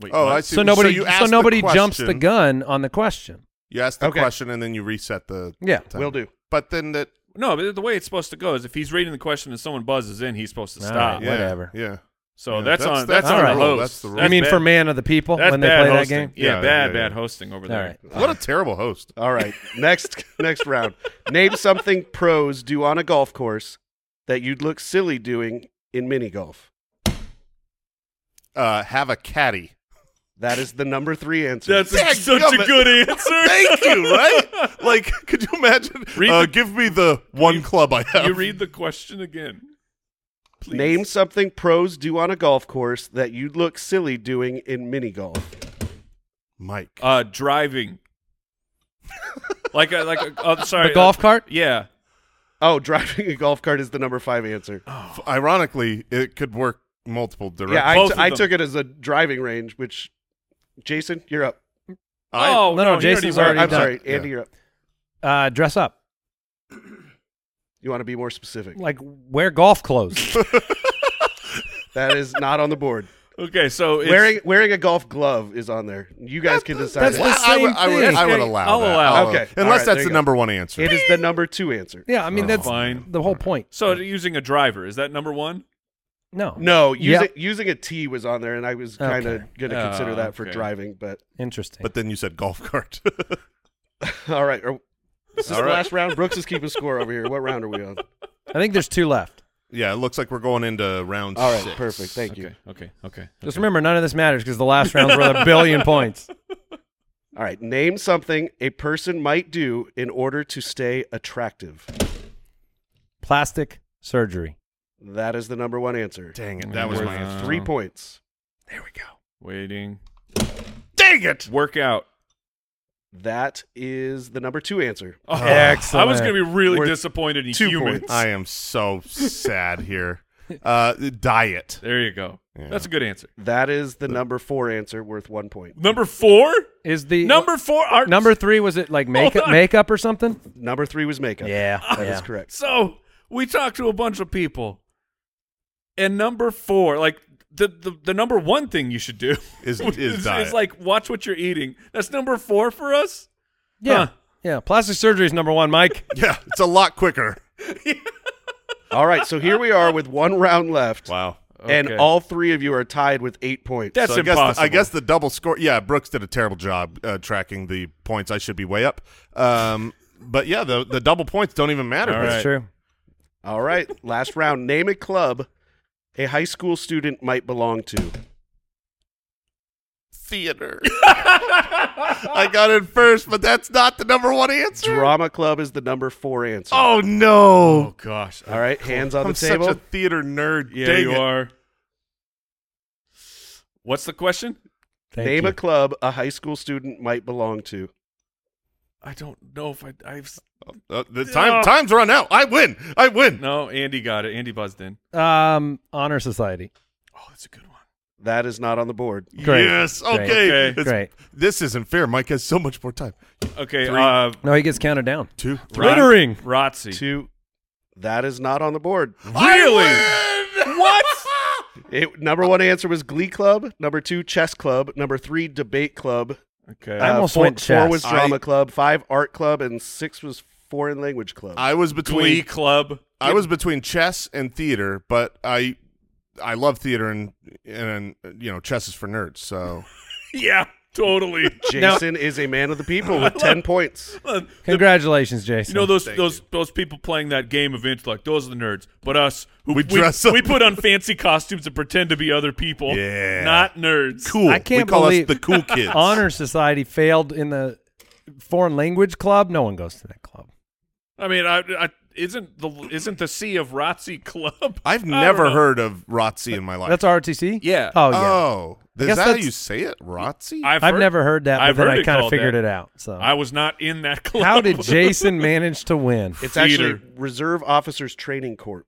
[SPEAKER 2] Wait,
[SPEAKER 6] Oh,
[SPEAKER 2] what?
[SPEAKER 6] I see.
[SPEAKER 3] so nobody,
[SPEAKER 6] you
[SPEAKER 3] so,
[SPEAKER 6] ask the
[SPEAKER 3] nobody jumps the
[SPEAKER 6] question.
[SPEAKER 3] gun on the question.
[SPEAKER 6] You ask the
[SPEAKER 4] Okay.
[SPEAKER 6] question and then you reset the.
[SPEAKER 3] Yeah.
[SPEAKER 6] time.
[SPEAKER 4] Will do.
[SPEAKER 6] But then that.
[SPEAKER 2] No, but the way it's supposed to go is if he's reading the question and someone buzzes in, he's supposed to
[SPEAKER 3] All
[SPEAKER 2] stop.
[SPEAKER 3] right.
[SPEAKER 6] Yeah,
[SPEAKER 3] Whatever.
[SPEAKER 6] Yeah.
[SPEAKER 2] So
[SPEAKER 6] Yeah,
[SPEAKER 2] that's,
[SPEAKER 6] that's-
[SPEAKER 2] on
[SPEAKER 6] that's
[SPEAKER 2] that's,
[SPEAKER 3] the
[SPEAKER 2] on the
[SPEAKER 3] rule.
[SPEAKER 2] host.
[SPEAKER 6] That's the rule.
[SPEAKER 3] I
[SPEAKER 6] That's
[SPEAKER 3] mean,
[SPEAKER 2] bad-
[SPEAKER 3] for man of the people
[SPEAKER 2] that's
[SPEAKER 3] when they
[SPEAKER 2] bad
[SPEAKER 3] play
[SPEAKER 2] hosting.
[SPEAKER 3] that game.
[SPEAKER 2] Yeah,
[SPEAKER 6] Yeah,
[SPEAKER 2] bad,
[SPEAKER 6] yeah,
[SPEAKER 2] bad
[SPEAKER 6] yeah.
[SPEAKER 2] hosting over
[SPEAKER 3] All
[SPEAKER 2] there.
[SPEAKER 3] right.
[SPEAKER 6] What a terrible host.
[SPEAKER 4] All right. Next *laughs* next round. Name something pros do on a golf course that you'd look silly doing in mini golf.
[SPEAKER 6] *laughs* Uh, have
[SPEAKER 4] *laughs*
[SPEAKER 6] a caddy.
[SPEAKER 4] That is the number three answer.
[SPEAKER 2] *laughs* That's
[SPEAKER 6] Dang
[SPEAKER 2] such a
[SPEAKER 6] gummit.
[SPEAKER 2] good answer.
[SPEAKER 6] *laughs* Thank you. Right? Like, could you imagine?
[SPEAKER 2] Read
[SPEAKER 6] uh,
[SPEAKER 2] the-
[SPEAKER 6] give me the one club I
[SPEAKER 2] *laughs*
[SPEAKER 6] have.
[SPEAKER 2] you read the question again. Please.
[SPEAKER 4] Name something pros do on a golf course that you'd look silly doing in mini golf.
[SPEAKER 6] Mike.
[SPEAKER 2] uh
[SPEAKER 6] *laughs*
[SPEAKER 2] driving. like a, like a, oh, sorry.
[SPEAKER 3] The golf cart.
[SPEAKER 2] Yeah.
[SPEAKER 4] Oh, *laughs* driving a golf cart is the number five answer.
[SPEAKER 6] F- Ironically, it could work multiple directions.
[SPEAKER 4] yeah, I
[SPEAKER 2] Both
[SPEAKER 4] t-
[SPEAKER 2] of
[SPEAKER 4] I
[SPEAKER 2] them.
[SPEAKER 4] took it as a driving range, which Jason, you're up.
[SPEAKER 6] I-
[SPEAKER 2] oh
[SPEAKER 3] no, no,
[SPEAKER 2] he
[SPEAKER 3] Jason's
[SPEAKER 2] went.
[SPEAKER 3] already
[SPEAKER 4] I'm
[SPEAKER 3] done.
[SPEAKER 4] sorry,
[SPEAKER 6] Yeah.
[SPEAKER 4] Andy, you're up.
[SPEAKER 3] Uh, dress up.
[SPEAKER 2] *laughs*
[SPEAKER 4] You want to be more specific.
[SPEAKER 3] Like wear golf
[SPEAKER 2] *laughs*
[SPEAKER 3] clothes.
[SPEAKER 4] That is not on the board.
[SPEAKER 2] Okay, so it's,
[SPEAKER 4] wearing wearing a golf glove is on there. You guys can decide.
[SPEAKER 3] that's
[SPEAKER 4] that.
[SPEAKER 3] the
[SPEAKER 6] I would,
[SPEAKER 3] same
[SPEAKER 6] I would,
[SPEAKER 3] thing.
[SPEAKER 6] I would
[SPEAKER 2] Okay,
[SPEAKER 6] allow
[SPEAKER 2] I'll
[SPEAKER 6] that.
[SPEAKER 2] allow
[SPEAKER 6] I'll
[SPEAKER 4] it. Okay. All
[SPEAKER 6] Unless
[SPEAKER 4] right, there
[SPEAKER 6] that's
[SPEAKER 4] you
[SPEAKER 6] the
[SPEAKER 4] go.
[SPEAKER 6] number one answer.
[SPEAKER 4] It is the number two answer.
[SPEAKER 3] yeah, I mean
[SPEAKER 6] Oh.
[SPEAKER 3] that's
[SPEAKER 2] Fine.
[SPEAKER 3] the whole point.
[SPEAKER 2] so using a driver is that number one?
[SPEAKER 3] No.
[SPEAKER 4] No,
[SPEAKER 3] Yeah.
[SPEAKER 4] using using a T was on there, and I was kind of
[SPEAKER 3] Okay.
[SPEAKER 4] going to
[SPEAKER 2] Oh,
[SPEAKER 4] consider that for
[SPEAKER 2] okay.
[SPEAKER 4] driving. But *laughs*
[SPEAKER 3] Interesting.
[SPEAKER 6] But then you said golf cart. *laughs*
[SPEAKER 4] all right, are, this is
[SPEAKER 6] All
[SPEAKER 4] the
[SPEAKER 6] right.
[SPEAKER 4] last round. Brooks is keeping score over here. What round are we on?
[SPEAKER 3] I think there's two left.
[SPEAKER 6] yeah, it looks like we're going into round
[SPEAKER 4] All right,
[SPEAKER 6] six.
[SPEAKER 4] perfect. Thank you.
[SPEAKER 2] Okay, okay, okay.
[SPEAKER 3] Just remember, none of this matters because the last round's worth
[SPEAKER 2] *laughs*
[SPEAKER 3] a billion points.
[SPEAKER 4] All right, name something a person might do in order to stay attractive.
[SPEAKER 3] Plastic surgery.
[SPEAKER 4] That is the number one answer.
[SPEAKER 6] Dang it, that was
[SPEAKER 2] Worth
[SPEAKER 6] my answer.
[SPEAKER 4] Three
[SPEAKER 2] Uh,
[SPEAKER 4] points.
[SPEAKER 2] Waiting.
[SPEAKER 6] Dang it!
[SPEAKER 2] Workout.
[SPEAKER 4] That is the number two answer.
[SPEAKER 2] Oh,
[SPEAKER 3] Excellent.
[SPEAKER 2] I was going to be really
[SPEAKER 4] We're
[SPEAKER 2] disappointed in
[SPEAKER 4] two
[SPEAKER 2] humans.
[SPEAKER 4] points.
[SPEAKER 6] I am *laughs* so sad here. Uh, *laughs* diet.
[SPEAKER 2] There you go.
[SPEAKER 6] Yeah.
[SPEAKER 2] That's a good answer.
[SPEAKER 4] That is the number four answer, worth one point.
[SPEAKER 2] Number four.
[SPEAKER 3] Is the
[SPEAKER 2] Number four. Art-
[SPEAKER 3] number three was it like makeup
[SPEAKER 2] on.
[SPEAKER 3] makeup or something?
[SPEAKER 4] Number three was makeup.
[SPEAKER 3] Yeah,
[SPEAKER 4] that is
[SPEAKER 3] yeah.
[SPEAKER 4] correct.
[SPEAKER 2] So we talked to a bunch of people, and number four, like the the, the number one thing you should do *laughs*
[SPEAKER 6] Is- is diet.
[SPEAKER 2] like watch what you're eating. That's number four for us.
[SPEAKER 3] Yeah.
[SPEAKER 2] Huh.
[SPEAKER 3] Yeah. Plastic surgery is number one, Mike.
[SPEAKER 6] Yeah, it's a lot quicker.
[SPEAKER 4] All right, so here we are with one round left,
[SPEAKER 6] Wow.
[SPEAKER 4] and
[SPEAKER 2] Okay.
[SPEAKER 4] all three of you are tied with eight points.
[SPEAKER 2] That's
[SPEAKER 6] So I guess the-
[SPEAKER 2] impossible.
[SPEAKER 6] I guess the double score. Yeah, Brooks did a terrible job uh, tracking the points. I should be way up. Um, but yeah, the the double points don't even matter.
[SPEAKER 2] All
[SPEAKER 6] Brooks.
[SPEAKER 2] right.
[SPEAKER 3] That's true.
[SPEAKER 4] all right. Last round. Name a club a high school student might belong to.
[SPEAKER 6] Theater. *laughs* I got in first, but that's not the number one answer.
[SPEAKER 4] Drama club is the number four answer.
[SPEAKER 6] Oh no!
[SPEAKER 2] Oh gosh.
[SPEAKER 4] All right, hands on
[SPEAKER 6] I'm
[SPEAKER 4] the table.
[SPEAKER 6] such a theater nerd.
[SPEAKER 2] Yeah,
[SPEAKER 6] Dang
[SPEAKER 2] you
[SPEAKER 6] it.
[SPEAKER 2] are. What's the question?
[SPEAKER 3] Thank
[SPEAKER 4] Name
[SPEAKER 3] you.
[SPEAKER 4] a club a high school student might belong to.
[SPEAKER 2] I don't know if I. I've
[SPEAKER 6] Uh, the time
[SPEAKER 2] Ugh.
[SPEAKER 6] time's run out. I win. I win.
[SPEAKER 2] no. Andy got it. Andy buzzed in.
[SPEAKER 3] um honor society.
[SPEAKER 2] Oh, that's a good one.
[SPEAKER 4] That is not on the board.
[SPEAKER 3] Great.
[SPEAKER 6] Yes.
[SPEAKER 3] Great.
[SPEAKER 6] Okay.
[SPEAKER 2] Okay.
[SPEAKER 6] It's-
[SPEAKER 3] Great.
[SPEAKER 6] This isn't fair. Mike has so much more time.
[SPEAKER 2] Okay.
[SPEAKER 6] Three.
[SPEAKER 2] Uh,
[SPEAKER 3] No, he gets counted down.
[SPEAKER 6] Two.
[SPEAKER 2] Ron-
[SPEAKER 3] Littering.
[SPEAKER 2] Rotzi.
[SPEAKER 4] Two. That is not on the board.
[SPEAKER 2] Really? What?
[SPEAKER 4] It, number one answer was Glee Club. Number two, Chess Club. Number three, Debate Club. Uh,
[SPEAKER 2] Okay.
[SPEAKER 6] Uh,
[SPEAKER 3] I almost
[SPEAKER 4] four,
[SPEAKER 3] went
[SPEAKER 4] Four
[SPEAKER 3] chess.
[SPEAKER 4] was Drama
[SPEAKER 6] I-
[SPEAKER 4] Club. Five, Art Club. And six was Foreign Language Club.
[SPEAKER 6] I was
[SPEAKER 2] Glee
[SPEAKER 6] between
[SPEAKER 2] Club.
[SPEAKER 6] I was between chess and theater, but I I love theater and and you know chess is for nerds. So
[SPEAKER 2] Yeah.
[SPEAKER 6] *laughs*
[SPEAKER 2] Totally.
[SPEAKER 4] Jason is a man of the people with ten points.
[SPEAKER 3] Congratulations, Jason.
[SPEAKER 2] You know those
[SPEAKER 6] Thank
[SPEAKER 2] those those people playing that game of intellect. Those are the nerds. But us, who
[SPEAKER 6] We dress up.
[SPEAKER 2] we put on fancy costumes and pretend to be other people.
[SPEAKER 6] Yeah.
[SPEAKER 2] not nerds.
[SPEAKER 6] cool.
[SPEAKER 3] I can't
[SPEAKER 6] we call
[SPEAKER 3] believe-
[SPEAKER 6] us the cool kids.
[SPEAKER 3] *laughs* honor society failed in the foreign language club. No one goes to that club.
[SPEAKER 2] I mean, I, I isn't the isn't the sea of Rotzi Club?
[SPEAKER 6] *laughs* I've
[SPEAKER 2] I don't
[SPEAKER 6] never
[SPEAKER 2] know.
[SPEAKER 6] heard of ROTC in my life.
[SPEAKER 3] That's RTC.
[SPEAKER 2] Yeah.
[SPEAKER 3] Oh yeah.
[SPEAKER 6] Oh, is
[SPEAKER 3] guess
[SPEAKER 6] that how
[SPEAKER 3] that's-
[SPEAKER 6] you say it, ROTC?
[SPEAKER 3] I've, never heard that, but
[SPEAKER 2] I've
[SPEAKER 3] then
[SPEAKER 2] heard
[SPEAKER 3] I
[SPEAKER 2] it
[SPEAKER 3] kind of
[SPEAKER 2] called
[SPEAKER 3] figured
[SPEAKER 2] that.
[SPEAKER 3] it out. So
[SPEAKER 2] I was not in that *laughs* club.
[SPEAKER 3] how did Jason manage to win?
[SPEAKER 4] It's
[SPEAKER 2] Theater.
[SPEAKER 4] actually Reserve Officers Training Corps.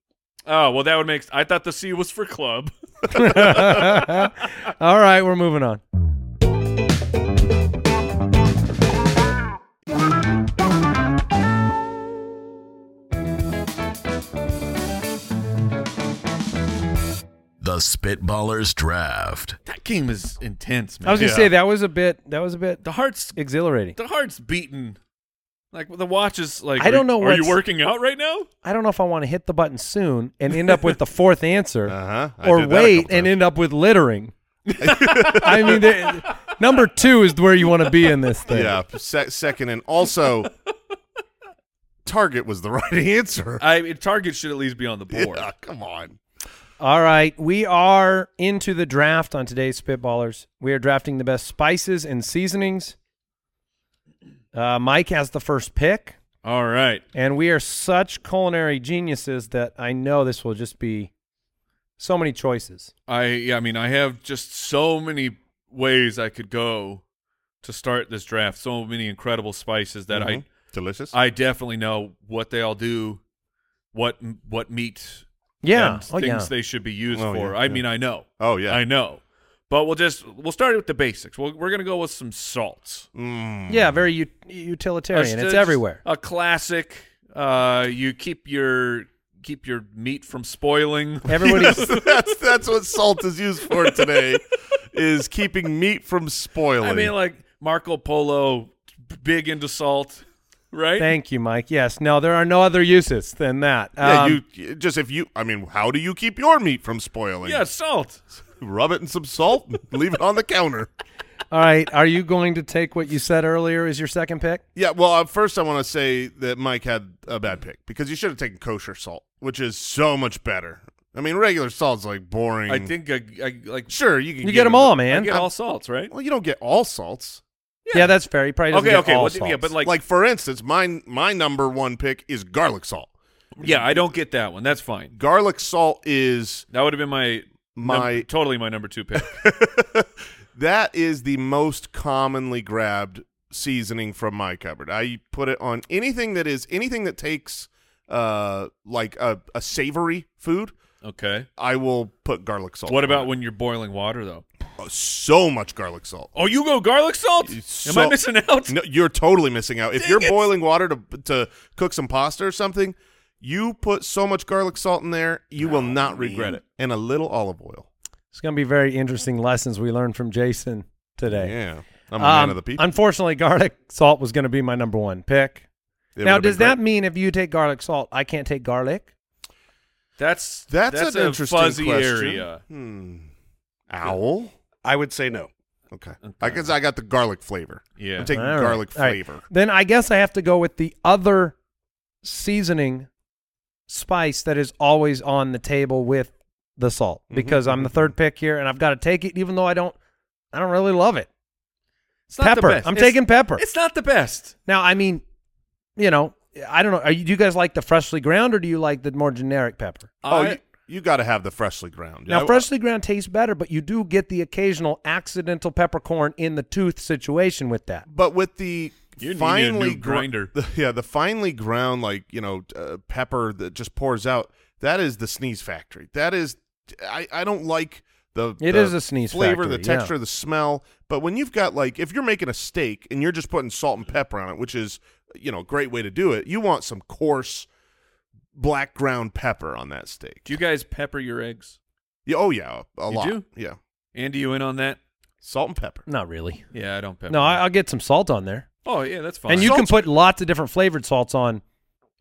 [SPEAKER 2] Oh well, that would make. I thought the sea was for club.
[SPEAKER 3] All right, we're moving on.
[SPEAKER 1] Spitballers Draft.
[SPEAKER 2] *laughs* That game is intense, man.
[SPEAKER 3] I was gonna
[SPEAKER 6] Yeah.
[SPEAKER 3] say that was a bit. That was a bit
[SPEAKER 2] the heart's
[SPEAKER 3] exhilarating.
[SPEAKER 2] the heart's beating. Like the watch is like.
[SPEAKER 3] I don't know
[SPEAKER 2] Are you
[SPEAKER 3] what's-
[SPEAKER 2] working out right now?
[SPEAKER 3] I don't know if I want to hit the button soon and end up with the fourth answer,
[SPEAKER 6] Uh-huh. I
[SPEAKER 3] or
[SPEAKER 6] did that a
[SPEAKER 3] wait
[SPEAKER 6] couple
[SPEAKER 3] and
[SPEAKER 6] times.
[SPEAKER 3] end up with littering. I mean, the, number two is where you want to be in this thing.
[SPEAKER 6] Yeah, se- second and
[SPEAKER 2] *laughs*
[SPEAKER 6] also Target was the right answer.
[SPEAKER 2] I Target should at least be on the board.
[SPEAKER 6] *laughs* Yeah, come on.
[SPEAKER 3] All right, we are into the draft on today's Spitballers. We are drafting the best spices and seasonings. Uh, Mike has the first pick,
[SPEAKER 2] All right.
[SPEAKER 3] and we are such culinary geniuses that I know this will just be so many choices.
[SPEAKER 2] I yeah, I mean, I have just so many ways I could go to start this draft. So many incredible spices that
[SPEAKER 6] Mhm. delicious.
[SPEAKER 2] I I definitely know what they all do, what what meat
[SPEAKER 3] Yeah,
[SPEAKER 2] and
[SPEAKER 3] oh,
[SPEAKER 2] things
[SPEAKER 3] yeah.
[SPEAKER 2] they should be used
[SPEAKER 6] Oh,
[SPEAKER 2] for.
[SPEAKER 6] yeah,
[SPEAKER 2] I
[SPEAKER 6] yeah.
[SPEAKER 2] mean, I know.
[SPEAKER 6] oh yeah.
[SPEAKER 2] I know. But we'll just we'll start with the basics. We'll, we're gonna go with some salts.
[SPEAKER 6] Mm.
[SPEAKER 3] yeah, very u- utilitarian. It's everywhere.
[SPEAKER 2] A classic. Uh, you keep your keep your meat from spoiling.
[SPEAKER 6] *laughs*
[SPEAKER 3] Everybody's
[SPEAKER 6] that's that's what salt is used for today, is keeping meat from spoiling.
[SPEAKER 2] I mean, like Marco Polo, big into salt, right?
[SPEAKER 3] Thank you, Mike. Yes. No, there are no other uses than that.
[SPEAKER 6] yeah,
[SPEAKER 3] Um,
[SPEAKER 6] you you- just if you. I mean, how do you keep your meat from spoiling?
[SPEAKER 2] yeah, salt.
[SPEAKER 6] rub it in some salt, and leave it on the counter.
[SPEAKER 3] All right. Are you going to take what you said earlier as your second pick?
[SPEAKER 6] Yeah, well, uh, first I want to say that Mike had a bad pick because you should have taken kosher salt, which is so much better. I mean, regular salt's like boring.
[SPEAKER 2] I think I, I like
[SPEAKER 6] sure you can
[SPEAKER 3] You get them
[SPEAKER 6] it,
[SPEAKER 3] all,
[SPEAKER 2] I
[SPEAKER 3] man.
[SPEAKER 2] get all salts, right?
[SPEAKER 6] but- Well, you don't get all salts.
[SPEAKER 3] Yeah, that's fair. He probably doesn't
[SPEAKER 2] Okay,
[SPEAKER 3] get
[SPEAKER 2] okay,
[SPEAKER 3] all
[SPEAKER 2] well,
[SPEAKER 3] salts.
[SPEAKER 2] yeah, but
[SPEAKER 6] Like,
[SPEAKER 2] like,
[SPEAKER 6] for instance, my my number one pick is garlic salt.
[SPEAKER 2] yeah, I don't get that one. That's fine.
[SPEAKER 6] Garlic salt is
[SPEAKER 2] That would have been my num-
[SPEAKER 6] My-
[SPEAKER 2] *laughs* totally my number
[SPEAKER 6] *laughs*
[SPEAKER 2] two pick.
[SPEAKER 6] that is the most commonly grabbed seasoning from my cupboard. I put it on anything that is anything that takes uh like a, a savory food.
[SPEAKER 2] Okay.
[SPEAKER 6] I will put garlic salt.
[SPEAKER 2] What
[SPEAKER 6] on
[SPEAKER 2] about
[SPEAKER 6] it.
[SPEAKER 2] when you're boiling water though?
[SPEAKER 6] Uh, so much garlic salt.
[SPEAKER 2] Oh, you go garlic salt?
[SPEAKER 6] It's
[SPEAKER 2] Am
[SPEAKER 6] so-
[SPEAKER 2] I missing out?
[SPEAKER 6] No, you're totally missing out. If
[SPEAKER 2] Dang
[SPEAKER 6] you're
[SPEAKER 2] it.
[SPEAKER 6] boiling water to to cook some pasta or something, you put so much garlic salt in there, you will not regret it. And a little olive oil.
[SPEAKER 3] it's going to be very interesting lessons we learned from Jason today.
[SPEAKER 6] Yeah, I'm a man
[SPEAKER 3] Um,
[SPEAKER 6] of the people.
[SPEAKER 3] Unfortunately, garlic salt was going to be my number one pick.
[SPEAKER 6] It
[SPEAKER 3] now,
[SPEAKER 6] would've been
[SPEAKER 3] does that
[SPEAKER 6] great.
[SPEAKER 3] mean if you take garlic salt, I can't take garlic?
[SPEAKER 2] That's
[SPEAKER 6] That's, an
[SPEAKER 2] a
[SPEAKER 6] interesting
[SPEAKER 2] fuzzy
[SPEAKER 6] question.
[SPEAKER 2] area.
[SPEAKER 6] Hmm. Owl.
[SPEAKER 4] I would say no.
[SPEAKER 6] Okay. I guess I got the garlic flavor.
[SPEAKER 2] Yeah.
[SPEAKER 6] I'm taking
[SPEAKER 3] All right.
[SPEAKER 6] garlic
[SPEAKER 3] All right.
[SPEAKER 6] flavor.
[SPEAKER 3] Then I guess I have to go with the other seasoning spice that is always on the table with the salt
[SPEAKER 6] Mm-hmm,
[SPEAKER 3] because I'm the third pick here and I've got to take it even though I don't I don't really love it.
[SPEAKER 2] It's not the
[SPEAKER 3] Pepper.
[SPEAKER 2] best.
[SPEAKER 3] I'm
[SPEAKER 2] It's-
[SPEAKER 3] taking pepper.
[SPEAKER 2] It's not the best.
[SPEAKER 3] Now, I mean, you know, I don't know. Are you, do you guys like the freshly ground or do you like the more generic pepper?
[SPEAKER 6] Oh,
[SPEAKER 2] I-
[SPEAKER 6] you, you got to have the freshly ground.
[SPEAKER 3] Now,
[SPEAKER 6] I-
[SPEAKER 3] freshly ground tastes better, but you do get the occasional accidental peppercorn in the tooth situation with that.
[SPEAKER 6] But with the
[SPEAKER 2] You need a
[SPEAKER 6] finely
[SPEAKER 2] new
[SPEAKER 6] gr-
[SPEAKER 2] grinder.
[SPEAKER 6] the- *laughs* yeah, the finely ground like you know uh, pepper that just pours out. That is the sneeze factory. That is, I I don't like the.
[SPEAKER 3] It
[SPEAKER 6] the
[SPEAKER 3] is a sneeze
[SPEAKER 6] flavor, the
[SPEAKER 3] factory, yeah.
[SPEAKER 6] texture, the smell. But when you've got like, if you're making a steak and you're just putting salt and pepper on it, which is you know a great way to do it, you want some coarse black ground pepper on that steak.
[SPEAKER 2] do you guys pepper your eggs?
[SPEAKER 6] Yeah, oh yeah, a
[SPEAKER 2] You
[SPEAKER 6] lot.
[SPEAKER 2] do?
[SPEAKER 6] Yeah,
[SPEAKER 2] Andy, you in on that?
[SPEAKER 6] salt and pepper.
[SPEAKER 3] Not really.
[SPEAKER 2] Yeah, I don't pepper.
[SPEAKER 3] No, I, I'll get some salt on there.
[SPEAKER 2] Oh yeah, that's fine.
[SPEAKER 3] And you can
[SPEAKER 6] Salt's-
[SPEAKER 3] put lots of different flavored salts on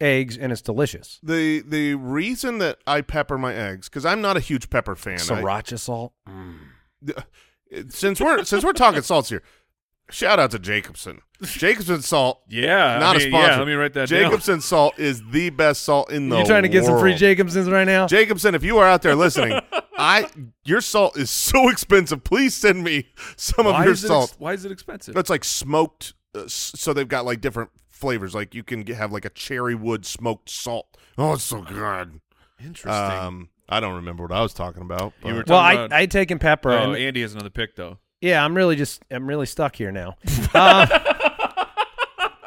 [SPEAKER 3] eggs, and it's delicious.
[SPEAKER 6] The the reason that I pepper my eggs because I'm not a huge pepper fan. I-
[SPEAKER 3] Sriracha salt.
[SPEAKER 6] since we're since we're talking salts here, shout out to Jacobson. Jacobson salt,
[SPEAKER 2] yeah, I
[SPEAKER 6] not
[SPEAKER 2] mean,
[SPEAKER 6] a sponsor.
[SPEAKER 2] Yeah, let me write that down.
[SPEAKER 6] Jacobson salt is the best salt in the.
[SPEAKER 3] You trying to get some free
[SPEAKER 6] world.
[SPEAKER 3] Jacobsons right now?
[SPEAKER 6] Jacobson, if you are out
[SPEAKER 2] *laughs*
[SPEAKER 6] there listening, I your salt is so expensive. Please send me some
[SPEAKER 2] why
[SPEAKER 6] of your
[SPEAKER 2] is it
[SPEAKER 6] salt.
[SPEAKER 2] Ex- why is it expensive?
[SPEAKER 6] That's like smoked. Uh, s- so they've got like different flavors. Like you can get, have like a cherry wood smoked salt. Oh, it's so good.
[SPEAKER 2] Interesting.
[SPEAKER 6] Um, I don't remember what I was talking about.
[SPEAKER 2] You
[SPEAKER 6] but-
[SPEAKER 2] were-
[SPEAKER 3] well, I
[SPEAKER 2] talking about-
[SPEAKER 3] I taken pepper.
[SPEAKER 2] oh,
[SPEAKER 3] and-
[SPEAKER 2] Andy has another pick though.
[SPEAKER 3] yeah, I'm really just I'm really stuck here now. Um,
[SPEAKER 2] *laughs*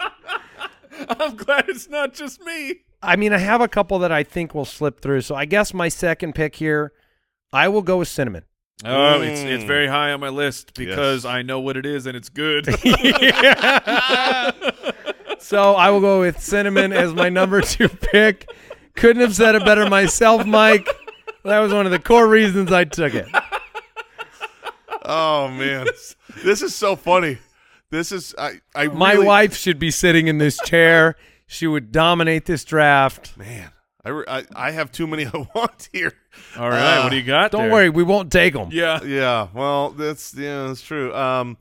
[SPEAKER 2] I'm glad it's not just me.
[SPEAKER 3] I mean, I have a couple that I think will slip through. So I guess my second pick here, I will go with cinnamon.
[SPEAKER 2] Oh, it's it's
[SPEAKER 6] Mm.
[SPEAKER 2] very high on my list because I know what it is and it's *laughs* good.
[SPEAKER 3] So I will go *laughs* with cinnamon as my number two pick. Couldn't have said it better myself, Mike. that was one of the core reasons I took it.
[SPEAKER 2] *laughs*
[SPEAKER 6] Oh man, this is so funny. This is I. I
[SPEAKER 3] My
[SPEAKER 6] really-
[SPEAKER 3] wife should be sitting in this chair. She would dominate this draft.
[SPEAKER 6] Man, I, re- I I have too many *laughs* I want here.
[SPEAKER 2] All right,
[SPEAKER 6] Uh,
[SPEAKER 2] what do you got?
[SPEAKER 3] Don't
[SPEAKER 2] there?
[SPEAKER 3] worry, we won't take them.
[SPEAKER 2] Yeah.
[SPEAKER 6] Yeah, well, that's yeah, that's true. Um,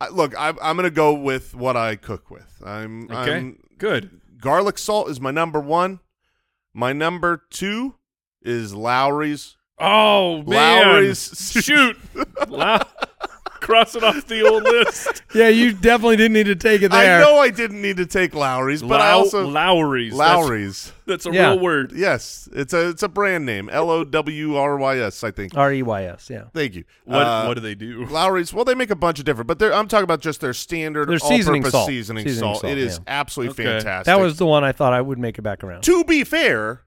[SPEAKER 6] I, look, I, I'm gonna go with what I cook with. I'm
[SPEAKER 2] Okay.
[SPEAKER 6] I'm,
[SPEAKER 2] Good.
[SPEAKER 6] garlic salt is my number one. My number two is Lowry's.
[SPEAKER 2] Oh man. *laughs*
[SPEAKER 6] Lowry's-
[SPEAKER 2] Shoot. Low- *laughs* Cross it off the old *laughs* list.
[SPEAKER 3] Yeah, you definitely didn't need to take it
[SPEAKER 6] I
[SPEAKER 3] there.
[SPEAKER 6] know I didn't need to take Lowry's, but I
[SPEAKER 2] Low-
[SPEAKER 6] also
[SPEAKER 2] Lowry's. That's-
[SPEAKER 6] Lowry's.
[SPEAKER 2] That's, a
[SPEAKER 3] Yeah.
[SPEAKER 2] real word.
[SPEAKER 6] Yes, it's a it's a brand name. L O W R Y S. I think.
[SPEAKER 3] R E Y S, yeah.
[SPEAKER 6] Thank you.
[SPEAKER 2] What
[SPEAKER 6] Uh,
[SPEAKER 2] What do they do?
[SPEAKER 6] Lowry's. Well, they make a bunch of different, but they're, I'm talking about just their standard
[SPEAKER 3] Their
[SPEAKER 6] all-purpose
[SPEAKER 3] seasoning salt.
[SPEAKER 6] seasoning,
[SPEAKER 3] Seasoning
[SPEAKER 6] salt.
[SPEAKER 3] salt,
[SPEAKER 6] It is
[SPEAKER 3] yeah.
[SPEAKER 6] absolutely
[SPEAKER 2] Okay.
[SPEAKER 6] fantastic.
[SPEAKER 3] That was the one I thought I would make it back around.
[SPEAKER 6] to be fair.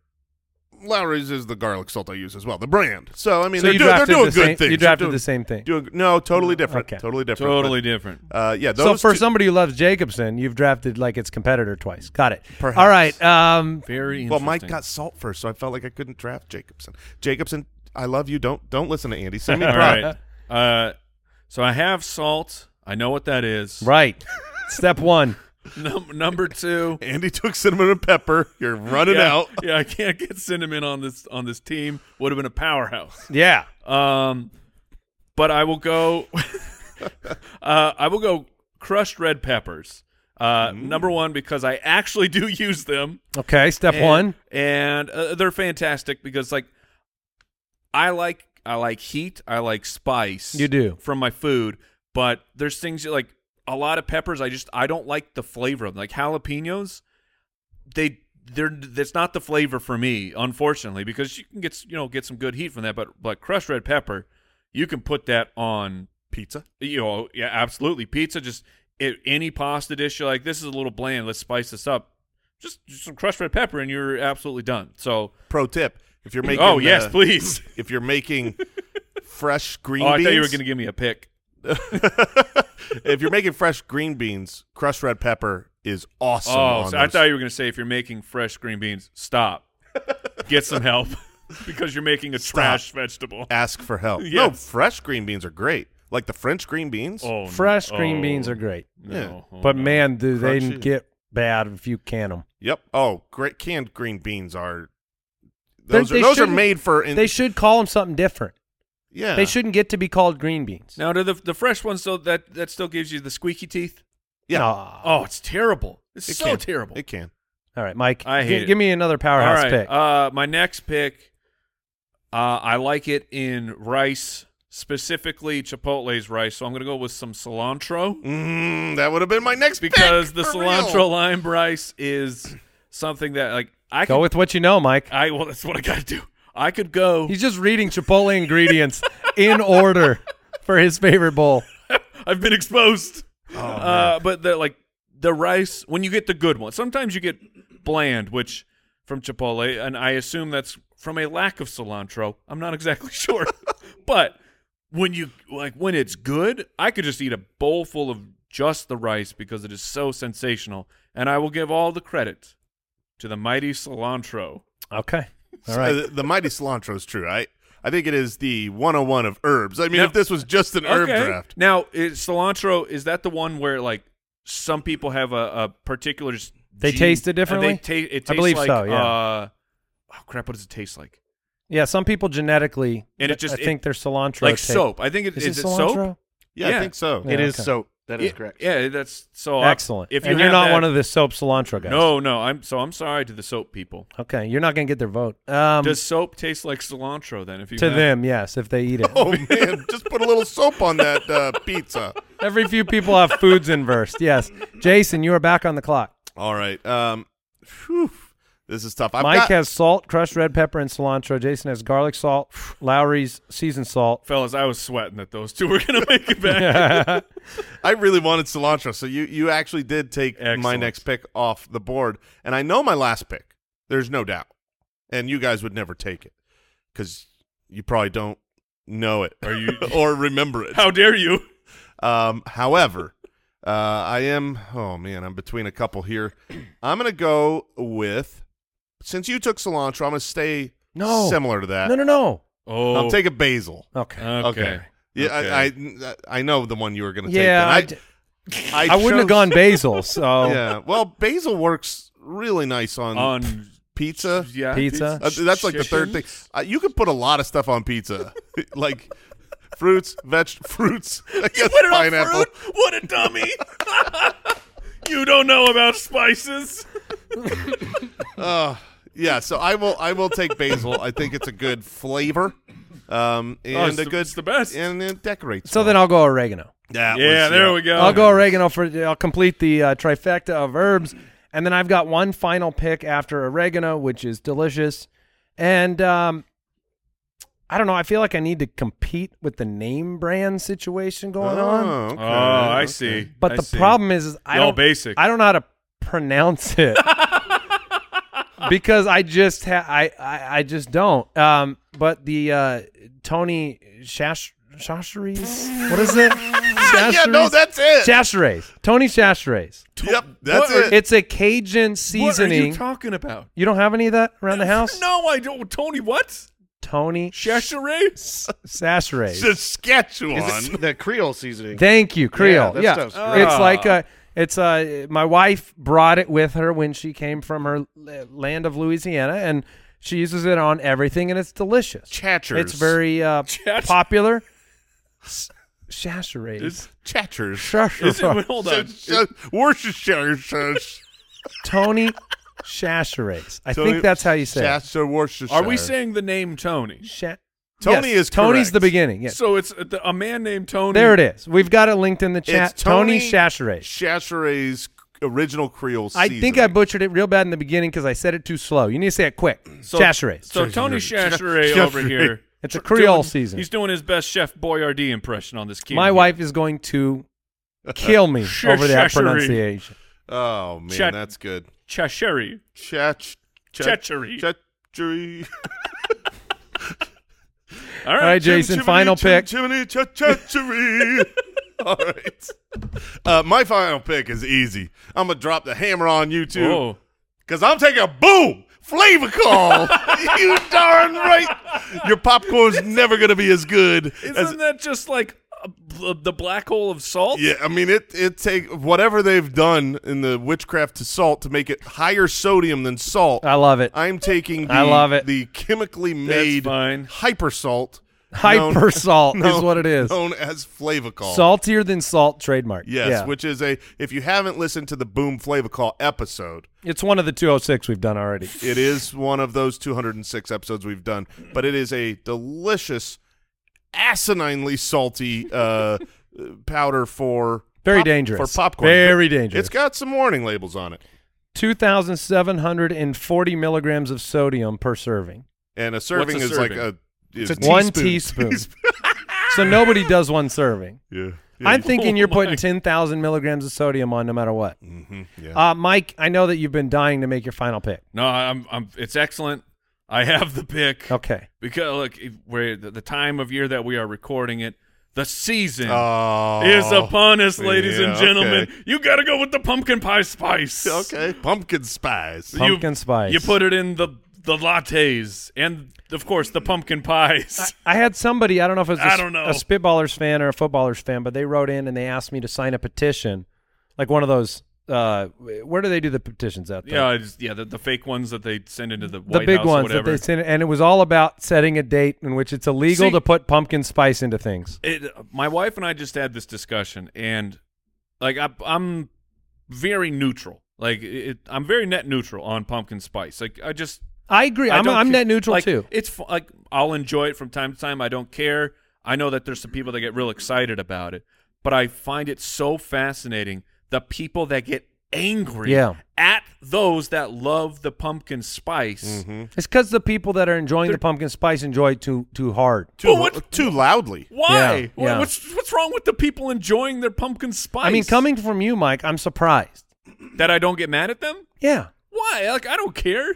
[SPEAKER 6] Lowry's is the garlic salt I use as well, the brand. So I mean,
[SPEAKER 3] So
[SPEAKER 6] they're,
[SPEAKER 3] you
[SPEAKER 6] do- they're
[SPEAKER 3] drafted
[SPEAKER 6] doing
[SPEAKER 3] the
[SPEAKER 6] good
[SPEAKER 3] same-
[SPEAKER 6] things.
[SPEAKER 3] you
[SPEAKER 6] They're
[SPEAKER 3] drafted
[SPEAKER 6] doing-
[SPEAKER 3] the same thing. Mm-hmm.
[SPEAKER 6] Doing no, totally different.
[SPEAKER 3] Okay.
[SPEAKER 6] Totally
[SPEAKER 2] *laughs*
[SPEAKER 6] different.
[SPEAKER 2] Totally
[SPEAKER 6] but,
[SPEAKER 2] different.
[SPEAKER 6] Uh, yeah. Those
[SPEAKER 3] So for
[SPEAKER 6] two-
[SPEAKER 3] somebody who loves Jacobson, you've drafted like its competitor twice. Got it.
[SPEAKER 6] Perhaps.
[SPEAKER 3] All right. Um,
[SPEAKER 2] Very interesting.
[SPEAKER 6] well, Mike got salt first, so I felt like I couldn't draft Jacobson. Jacobson, I love you. Don't don't listen to
[SPEAKER 3] *laughs*
[SPEAKER 6] Andy. Send
[SPEAKER 2] *laughs*
[SPEAKER 6] me
[SPEAKER 2] All
[SPEAKER 6] prop.
[SPEAKER 2] right. Uh, so I have salt. I know what that is.
[SPEAKER 3] right. Step one.
[SPEAKER 2] *laughs* Num- number two.
[SPEAKER 6] Andy took cinnamon and pepper. You're running
[SPEAKER 2] yeah,
[SPEAKER 6] out.
[SPEAKER 2] *laughs* Yeah, I can't get cinnamon on this on this team. Would have been a powerhouse.
[SPEAKER 3] Yeah.
[SPEAKER 2] Um, but I will go. *laughs* uh, I will go crushed red peppers. Uh,
[SPEAKER 6] Mm.
[SPEAKER 2] number one because I actually do *laughs* use them.
[SPEAKER 3] Okay. Step
[SPEAKER 2] And-
[SPEAKER 3] one.
[SPEAKER 2] and uh, they're fantastic because like I like I like heat, I like spice.
[SPEAKER 3] You do.
[SPEAKER 2] from my food, but there's things that, like a lot of peppers. I just I don't like the flavor of them. like jalapenos. They they're that's not the flavor for me, unfortunately, because you can get s- you know get some good heat from that, but but crushed red pepper, you can put that on
[SPEAKER 6] Pizza.
[SPEAKER 2] you know, yeah, absolutely. Pizza, just i any pasta dish, you're like, this is a little bland. Let's spice this up. Just, just some crushed red pepper, and you're absolutely done. So,
[SPEAKER 6] Pro tip: If you're making,
[SPEAKER 2] oh yes,
[SPEAKER 6] uh,
[SPEAKER 2] please.
[SPEAKER 6] If
[SPEAKER 2] *laughs*
[SPEAKER 6] you're making fresh green
[SPEAKER 2] Oh, I
[SPEAKER 6] beans,
[SPEAKER 2] thought you were going to give me a pick.
[SPEAKER 6] *laughs* if you're making fresh green beans, crushed red pepper is awesome.
[SPEAKER 2] Oh,
[SPEAKER 6] on
[SPEAKER 2] so I
[SPEAKER 6] those.
[SPEAKER 2] thought you were going to say if you're making fresh green beans,
[SPEAKER 6] *laughs*
[SPEAKER 2] stop, get some help, *laughs* because you're making a
[SPEAKER 6] Stop.
[SPEAKER 2] trash vegetable.
[SPEAKER 6] ask for
[SPEAKER 2] *laughs*
[SPEAKER 6] help. No,
[SPEAKER 2] Yes.
[SPEAKER 6] fresh green beans are great. Like the French green beans.
[SPEAKER 2] Oh,
[SPEAKER 3] Fresh
[SPEAKER 2] no.
[SPEAKER 3] green beans
[SPEAKER 2] Oh,
[SPEAKER 3] are great,
[SPEAKER 2] no. Oh,
[SPEAKER 3] but
[SPEAKER 2] no.
[SPEAKER 3] man, do they
[SPEAKER 6] Crunchy.
[SPEAKER 3] get bad if you can them.
[SPEAKER 6] Yep. Oh, great canned green beans are.
[SPEAKER 3] They-
[SPEAKER 6] Those
[SPEAKER 3] they
[SPEAKER 6] are those are
[SPEAKER 3] shouldn't-
[SPEAKER 6] made for. In,
[SPEAKER 3] They should call them something different.
[SPEAKER 6] yeah.
[SPEAKER 3] They shouldn't get to be called green beans.
[SPEAKER 2] now do the the fresh ones though that that still gives you the squeaky teeth.
[SPEAKER 6] Yeah.
[SPEAKER 3] Nah.
[SPEAKER 2] Oh, it's terrible. It's
[SPEAKER 6] Uh, It
[SPEAKER 2] so
[SPEAKER 6] can.
[SPEAKER 2] terrible.
[SPEAKER 6] It can.
[SPEAKER 3] All right, Mike.
[SPEAKER 2] I
[SPEAKER 3] gi-
[SPEAKER 2] hate it.
[SPEAKER 3] give me another powerhouse
[SPEAKER 2] All right.
[SPEAKER 3] pick.
[SPEAKER 2] Uh, my next pick, uh, I like it in rice, specifically Chipotle's rice. So I'm going to go with some cilantro
[SPEAKER 6] Mm, that would have been my next pick,
[SPEAKER 2] because the
[SPEAKER 6] for
[SPEAKER 2] cilantro
[SPEAKER 6] real.
[SPEAKER 2] lime rice is something that like I
[SPEAKER 3] Go
[SPEAKER 2] could-
[SPEAKER 3] with what you know, Mike.
[SPEAKER 2] I well, that's what I got to do. I could go.
[SPEAKER 3] He's just reading Chipotle ingredients in order for his favorite bowl.
[SPEAKER 2] I've been exposed. uh, but the like the rice when you get the good one, sometimes you get bland, which from Chipotle, and I assume that's from a lack of cilantro. I'm not exactly *laughs* sure, but when you like when it's good, I could just eat a bowl full of just the rice because it is so sensational, and I will give all the credit to the mighty cilantro.
[SPEAKER 3] Okay. All
[SPEAKER 6] So,
[SPEAKER 3] right.
[SPEAKER 6] Uh, the, the mighty cilantro is true, right? I think it is the 101 of herbs. I mean,
[SPEAKER 2] Now-
[SPEAKER 6] if this was just an herb
[SPEAKER 2] Okay.
[SPEAKER 6] draft,
[SPEAKER 2] Now, is cilantro is that the one where like some people have a, a particular just
[SPEAKER 3] They
[SPEAKER 2] gene-
[SPEAKER 3] taste it
[SPEAKER 2] and
[SPEAKER 3] differently?
[SPEAKER 2] They ta- it tastes
[SPEAKER 3] I believe
[SPEAKER 2] like,
[SPEAKER 3] so, yeah.
[SPEAKER 2] Uh, oh crap! What does it taste like?
[SPEAKER 3] Yeah, some people genetically,
[SPEAKER 2] And it just-
[SPEAKER 3] I think they're cilantro.
[SPEAKER 2] like
[SPEAKER 3] taste.
[SPEAKER 2] soap. I think it
[SPEAKER 3] Is,
[SPEAKER 2] is,
[SPEAKER 3] it
[SPEAKER 2] it
[SPEAKER 3] cilantro?
[SPEAKER 2] soap.
[SPEAKER 6] yeah,
[SPEAKER 2] Yeah.
[SPEAKER 6] I think so.
[SPEAKER 3] Yeah,
[SPEAKER 4] It is
[SPEAKER 3] okay.
[SPEAKER 4] soap. That is
[SPEAKER 2] yeah,
[SPEAKER 4] correct.
[SPEAKER 2] Yeah, that's so I-
[SPEAKER 3] Excellent.
[SPEAKER 2] If you
[SPEAKER 3] and you're
[SPEAKER 2] have
[SPEAKER 3] not
[SPEAKER 2] that-
[SPEAKER 3] one of the soap cilantro guys.
[SPEAKER 2] no, no. I'm so I'm sorry to the soap people.
[SPEAKER 3] Okay, you're not going to get their vote. Um,
[SPEAKER 2] does soap taste like cilantro then? If you
[SPEAKER 3] to
[SPEAKER 2] have-
[SPEAKER 3] them, yes, if they
[SPEAKER 2] *laughs*
[SPEAKER 3] eat it.
[SPEAKER 6] *laughs* Oh man, just put a little soap on that uh, pizza.
[SPEAKER 3] Every few people have foods inversed. Yes. Jason, you are back on the clock.
[SPEAKER 6] All right. Um, whew, this is tough. I've
[SPEAKER 3] Mike
[SPEAKER 6] got-
[SPEAKER 3] has salt, crushed red pepper, and cilantro. Jason has garlic salt, Lowry's seasoned salt.
[SPEAKER 2] fellas, I was sweating that those two were gonna make it
[SPEAKER 3] *laughs*
[SPEAKER 2] back.
[SPEAKER 6] I really wanted cilantro, so you you actually did take my
[SPEAKER 2] Excellent.
[SPEAKER 6] next pick off the board, and I know my last pick. There's no doubt, and you guys would never take it because you probably don't know it
[SPEAKER 2] Are you-
[SPEAKER 6] or remember it.
[SPEAKER 2] How dare you?
[SPEAKER 6] Um, however, uh, I am. Oh man, I'm between a couple here. I'm gonna go with since you took cilantro. I'm gonna stay
[SPEAKER 3] No.
[SPEAKER 6] similar to that.
[SPEAKER 3] No, no, no.
[SPEAKER 2] Oh,
[SPEAKER 6] I'll take a basil.
[SPEAKER 3] Okay.
[SPEAKER 2] okay.
[SPEAKER 6] Okay. Yeah, I, I I know the one you were going to
[SPEAKER 3] yeah, I,
[SPEAKER 6] take.
[SPEAKER 3] d-
[SPEAKER 6] and
[SPEAKER 3] I wouldn't have
[SPEAKER 6] chose-
[SPEAKER 3] gone basil.
[SPEAKER 2] *laughs*
[SPEAKER 3] So
[SPEAKER 6] Yeah, well, basil works really nice on,
[SPEAKER 2] On
[SPEAKER 6] pizza.
[SPEAKER 2] yeah,
[SPEAKER 3] Pizza?
[SPEAKER 6] Uh, that's like the third thing. Uh, you can put a lot of stuff on pizza, *laughs* like fruits, veg, fruits. I guess pineapple.
[SPEAKER 2] What a dummy! you don't know
[SPEAKER 3] *laughs*
[SPEAKER 2] about spices.
[SPEAKER 6] Yeah, so I will. I will take basil. I think it's a good flavor, um, and
[SPEAKER 2] Oh, it's
[SPEAKER 6] a
[SPEAKER 2] the-
[SPEAKER 6] good
[SPEAKER 2] it's the best.
[SPEAKER 6] and it decorates.
[SPEAKER 3] so then I'll go oregano.
[SPEAKER 6] that
[SPEAKER 2] Yeah,
[SPEAKER 6] was-
[SPEAKER 2] there we go.
[SPEAKER 3] I'll go oregano for I'll complete the uh, trifecta of herbs, and then I've got one final pick after oregano, which is delicious, and um, I don't know. I feel like I need to compete with the name brand situation going on.
[SPEAKER 6] okay,
[SPEAKER 2] Oh, I
[SPEAKER 6] okay.
[SPEAKER 2] see.
[SPEAKER 3] But
[SPEAKER 2] I
[SPEAKER 3] the
[SPEAKER 2] see.
[SPEAKER 3] problem is, is I
[SPEAKER 2] Y'all
[SPEAKER 3] don't
[SPEAKER 2] basic.
[SPEAKER 3] I don't know how to
[SPEAKER 2] *laughs*
[SPEAKER 3] pronounce it because I just ha- I, I I just don't. Um, but the uh, Tony Shash Shasheries, what is
[SPEAKER 2] *laughs*
[SPEAKER 3] it?
[SPEAKER 6] Yeah, no,
[SPEAKER 3] Shasheries?
[SPEAKER 6] that's it.
[SPEAKER 3] Chasserais. Tony Chasserais.
[SPEAKER 6] yep, that's
[SPEAKER 2] What
[SPEAKER 6] it.
[SPEAKER 3] It's a Cajun
[SPEAKER 2] What are
[SPEAKER 3] seasoning.
[SPEAKER 2] you talking about?
[SPEAKER 3] You don't have any of that around the house?
[SPEAKER 2] No, I don't. Tony, what?
[SPEAKER 3] Tony
[SPEAKER 2] Chasserais?
[SPEAKER 3] Chasserais. *laughs*
[SPEAKER 6] Saskatchewan.
[SPEAKER 4] the Creole seasoning.
[SPEAKER 3] Thank you, Creole.
[SPEAKER 4] that
[SPEAKER 3] Yeah,
[SPEAKER 4] stuff's
[SPEAKER 2] great.
[SPEAKER 3] it's
[SPEAKER 2] Ah.
[SPEAKER 3] like uh it's uh my wife brought it with her when she came from her l- land of Louisiana, and she uses it on everything, and it's delicious.
[SPEAKER 6] Chatchers.
[SPEAKER 3] It's very uh,
[SPEAKER 2] Chatch-
[SPEAKER 3] popular. Chasserais.
[SPEAKER 2] Is,
[SPEAKER 6] Chatchers.
[SPEAKER 2] is it,
[SPEAKER 3] Chasserais.
[SPEAKER 2] *laughs* hold on.
[SPEAKER 6] Uh, Worcestershire.
[SPEAKER 3] Tony Chasserais. I think that's how you say it.
[SPEAKER 6] Chasser, uh, Worcestershire.
[SPEAKER 2] Are we saying the name Tony?
[SPEAKER 3] Sha-
[SPEAKER 6] Tony
[SPEAKER 3] Yes,
[SPEAKER 6] is
[SPEAKER 3] Tony's
[SPEAKER 6] correct.
[SPEAKER 3] the beginning. Yes.
[SPEAKER 2] So it's a, the- a man named Tony.
[SPEAKER 3] There it is. We've got it linked in the
[SPEAKER 6] It's
[SPEAKER 3] chat. Tony,
[SPEAKER 6] Tony
[SPEAKER 3] Chasseray.
[SPEAKER 6] Chasserais original Creole.
[SPEAKER 3] I
[SPEAKER 6] seasoning.
[SPEAKER 3] think I butchered it real bad in the beginning because I said it too slow. You need to say it quick.
[SPEAKER 2] So,
[SPEAKER 3] Chasseray.
[SPEAKER 2] So Tony Chasseray over here.
[SPEAKER 3] It's a Creole
[SPEAKER 2] doing-
[SPEAKER 3] season.
[SPEAKER 2] He's doing his best Chef Boyardee impression on this kid.
[SPEAKER 3] My wife is going to kill me
[SPEAKER 2] Sure,
[SPEAKER 3] over that
[SPEAKER 2] Chasseray.
[SPEAKER 3] pronunciation.
[SPEAKER 6] *laughs* Oh man,
[SPEAKER 2] Chat-
[SPEAKER 6] that's good.
[SPEAKER 2] Chasseray.
[SPEAKER 6] Chach.
[SPEAKER 2] Chatchery.
[SPEAKER 6] Chatchery.
[SPEAKER 2] All right.
[SPEAKER 3] All right, Jason,
[SPEAKER 6] Chim- chimney,
[SPEAKER 3] final
[SPEAKER 6] chim-
[SPEAKER 3] pick.
[SPEAKER 6] Chimney, cha-
[SPEAKER 3] *laughs*
[SPEAKER 6] cha-chery. All right. Uh, my final pick is easy. I'm gonna drop the hammer on you two.
[SPEAKER 2] Whoa.
[SPEAKER 6] Because I'm taking a boom flavor
[SPEAKER 3] *laughs*
[SPEAKER 6] call. you darn right. Your popcorn's never going to be as good as.
[SPEAKER 2] Isn't that just like a, bl- the black hole of salt?
[SPEAKER 6] Yeah, I mean it. It take whatever they've done in the witchcraft to salt to make it higher sodium than salt.
[SPEAKER 3] I love it.
[SPEAKER 6] I'm taking. The,
[SPEAKER 3] I love it.
[SPEAKER 6] The chemically made
[SPEAKER 2] fine.
[SPEAKER 6] hyper salt.
[SPEAKER 3] Hyper salt
[SPEAKER 6] *laughs*
[SPEAKER 3] is what it is.
[SPEAKER 6] Known as flavacol.
[SPEAKER 3] Saltier than salt trademark.
[SPEAKER 6] Yes,
[SPEAKER 3] Yeah.
[SPEAKER 6] which is a. If you haven't listened to the Boom Flavacol episode,
[SPEAKER 3] it's one of the 206 we've done already.
[SPEAKER 6] It is one of those 206 episodes we've done, but it is a delicious, asininely salty uh, powder for
[SPEAKER 3] Very
[SPEAKER 6] pop-
[SPEAKER 3] dangerous.
[SPEAKER 6] for popcorn.
[SPEAKER 3] Very
[SPEAKER 6] But
[SPEAKER 3] dangerous.
[SPEAKER 6] It's got some warning labels on it,
[SPEAKER 3] 2,740 milligrams of sodium per serving.
[SPEAKER 6] and a serving
[SPEAKER 2] a
[SPEAKER 6] is
[SPEAKER 2] serving?
[SPEAKER 6] like a is
[SPEAKER 3] a One teaspoon. So nobody does one serving.
[SPEAKER 6] *laughs* yeah,
[SPEAKER 3] I'm thinking
[SPEAKER 2] *laughs*
[SPEAKER 3] you're putting
[SPEAKER 2] Oh my.
[SPEAKER 3] 10,000 milligrams of sodium on no matter what.
[SPEAKER 6] hmm yeah.
[SPEAKER 3] Uh, Mike, I know that you've been dying to make your final pick.
[SPEAKER 2] No, I'm, I'm. It's excellent. I have the pick.
[SPEAKER 3] Okay.
[SPEAKER 2] Because look, if- where the, the time of year that we are recording it, the season
[SPEAKER 6] Oh.
[SPEAKER 2] is upon us, ladies
[SPEAKER 6] Yeah,
[SPEAKER 2] and gentlemen.
[SPEAKER 6] okay.
[SPEAKER 2] You got to go with the pumpkin pie spice.
[SPEAKER 6] Okay, pumpkin spice.
[SPEAKER 2] You-
[SPEAKER 3] Pumpkin spice.
[SPEAKER 2] You put it in the the lattes and of course the pumpkin pies.
[SPEAKER 3] I had somebody, I don't know if it was a,
[SPEAKER 2] I
[SPEAKER 3] s-
[SPEAKER 2] don't know.
[SPEAKER 3] a Spitballers fan or a Footballers fan, but they wrote in and they asked me to sign a petition, like one of those. Uh, where do they do the petitions out there?
[SPEAKER 2] yeah, I just, yeah, the, the fake ones that they send into the
[SPEAKER 3] the
[SPEAKER 2] White
[SPEAKER 3] big
[SPEAKER 2] House or
[SPEAKER 3] ones
[SPEAKER 2] whatever.
[SPEAKER 3] that they sent, and it was all about setting a date in which it's illegal
[SPEAKER 2] See-
[SPEAKER 3] to put pumpkin spice into things.
[SPEAKER 2] it, my wife and I just had this discussion, and like I, I'm very neutral. Like it, I'm very net neutral on pumpkin spice. Like I just
[SPEAKER 3] I agree.
[SPEAKER 2] I
[SPEAKER 3] I'm,
[SPEAKER 2] don't
[SPEAKER 3] I'm
[SPEAKER 2] ca-
[SPEAKER 3] net neutral
[SPEAKER 2] like,
[SPEAKER 3] too.
[SPEAKER 2] It's fu- like I'll enjoy it from time to time. I don't care. I know that there's some people that get real excited about it, but I find it so fascinating the people that get angry
[SPEAKER 3] Yeah.
[SPEAKER 2] at those that love the pumpkin spice.
[SPEAKER 3] It's because the people that are enjoying the pumpkin spice enjoy it too too hard.
[SPEAKER 6] Too,
[SPEAKER 2] But what-
[SPEAKER 6] too loudly.
[SPEAKER 2] Why?
[SPEAKER 3] Yeah,
[SPEAKER 2] Wha-
[SPEAKER 3] yeah.
[SPEAKER 2] What's what's wrong with the people enjoying their pumpkin spice?
[SPEAKER 3] I mean, coming from you, Mike, I'm surprised.
[SPEAKER 2] that I don't get mad at them.
[SPEAKER 3] Yeah,
[SPEAKER 2] Why? Like I don't care.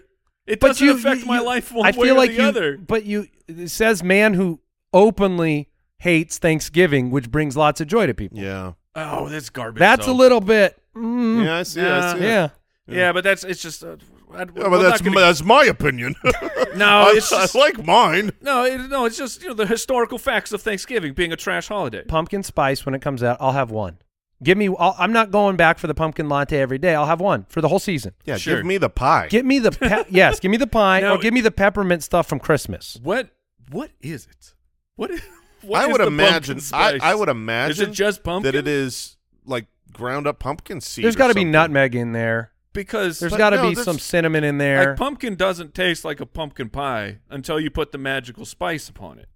[SPEAKER 2] It
[SPEAKER 3] but
[SPEAKER 2] doesn't
[SPEAKER 3] you,
[SPEAKER 2] affect
[SPEAKER 3] you-
[SPEAKER 2] my
[SPEAKER 3] you-
[SPEAKER 2] life one
[SPEAKER 3] I
[SPEAKER 2] way
[SPEAKER 3] feel
[SPEAKER 2] or
[SPEAKER 3] like
[SPEAKER 2] the
[SPEAKER 3] you,
[SPEAKER 2] other.
[SPEAKER 3] But you it says man who openly hates Thanksgiving, which brings lots of joy to people.
[SPEAKER 6] Yeah.
[SPEAKER 2] Oh, that's garbage.
[SPEAKER 3] That's
[SPEAKER 2] though.
[SPEAKER 3] a little bit. Mm,
[SPEAKER 6] Yeah, I see. I
[SPEAKER 2] Nah.
[SPEAKER 6] see.
[SPEAKER 3] yeah.
[SPEAKER 2] Yeah, but that's it's just uh, I,
[SPEAKER 6] Yeah, but that's
[SPEAKER 2] going
[SPEAKER 6] that's my opinion.
[SPEAKER 2] *laughs* no,
[SPEAKER 6] I,
[SPEAKER 2] it's just,
[SPEAKER 6] I like mine.
[SPEAKER 2] no, it, no, it's just you know the historical facts of Thanksgiving being a trash holiday.
[SPEAKER 3] pumpkin spice when it comes out. I'll have one. Give me. I'll, I'm not going back for the pumpkin latte every day. I'll have one for the whole season.
[SPEAKER 6] Yeah,
[SPEAKER 2] Sure.
[SPEAKER 6] give me the pie.
[SPEAKER 3] Give
[SPEAKER 2] *laughs*
[SPEAKER 3] me the pe- yes. Give me the pine
[SPEAKER 2] Now-
[SPEAKER 3] or give me the peppermint stuff from Christmas.
[SPEAKER 2] What what is it? What is, what
[SPEAKER 6] I
[SPEAKER 2] is
[SPEAKER 6] would
[SPEAKER 2] the pumpkin
[SPEAKER 6] imagine. I,
[SPEAKER 2] spice?
[SPEAKER 6] I would imagine.
[SPEAKER 2] Is it just pumpkin?
[SPEAKER 6] That it is like ground up pumpkin seed.
[SPEAKER 3] There's
[SPEAKER 6] got to
[SPEAKER 3] be nutmeg in there.
[SPEAKER 2] because
[SPEAKER 3] There's
[SPEAKER 6] But
[SPEAKER 3] got to
[SPEAKER 6] no,
[SPEAKER 3] be
[SPEAKER 6] that's-
[SPEAKER 3] some cinnamon in there.
[SPEAKER 2] like pumpkin doesn't taste like a pumpkin pie until you put the magical spice upon it.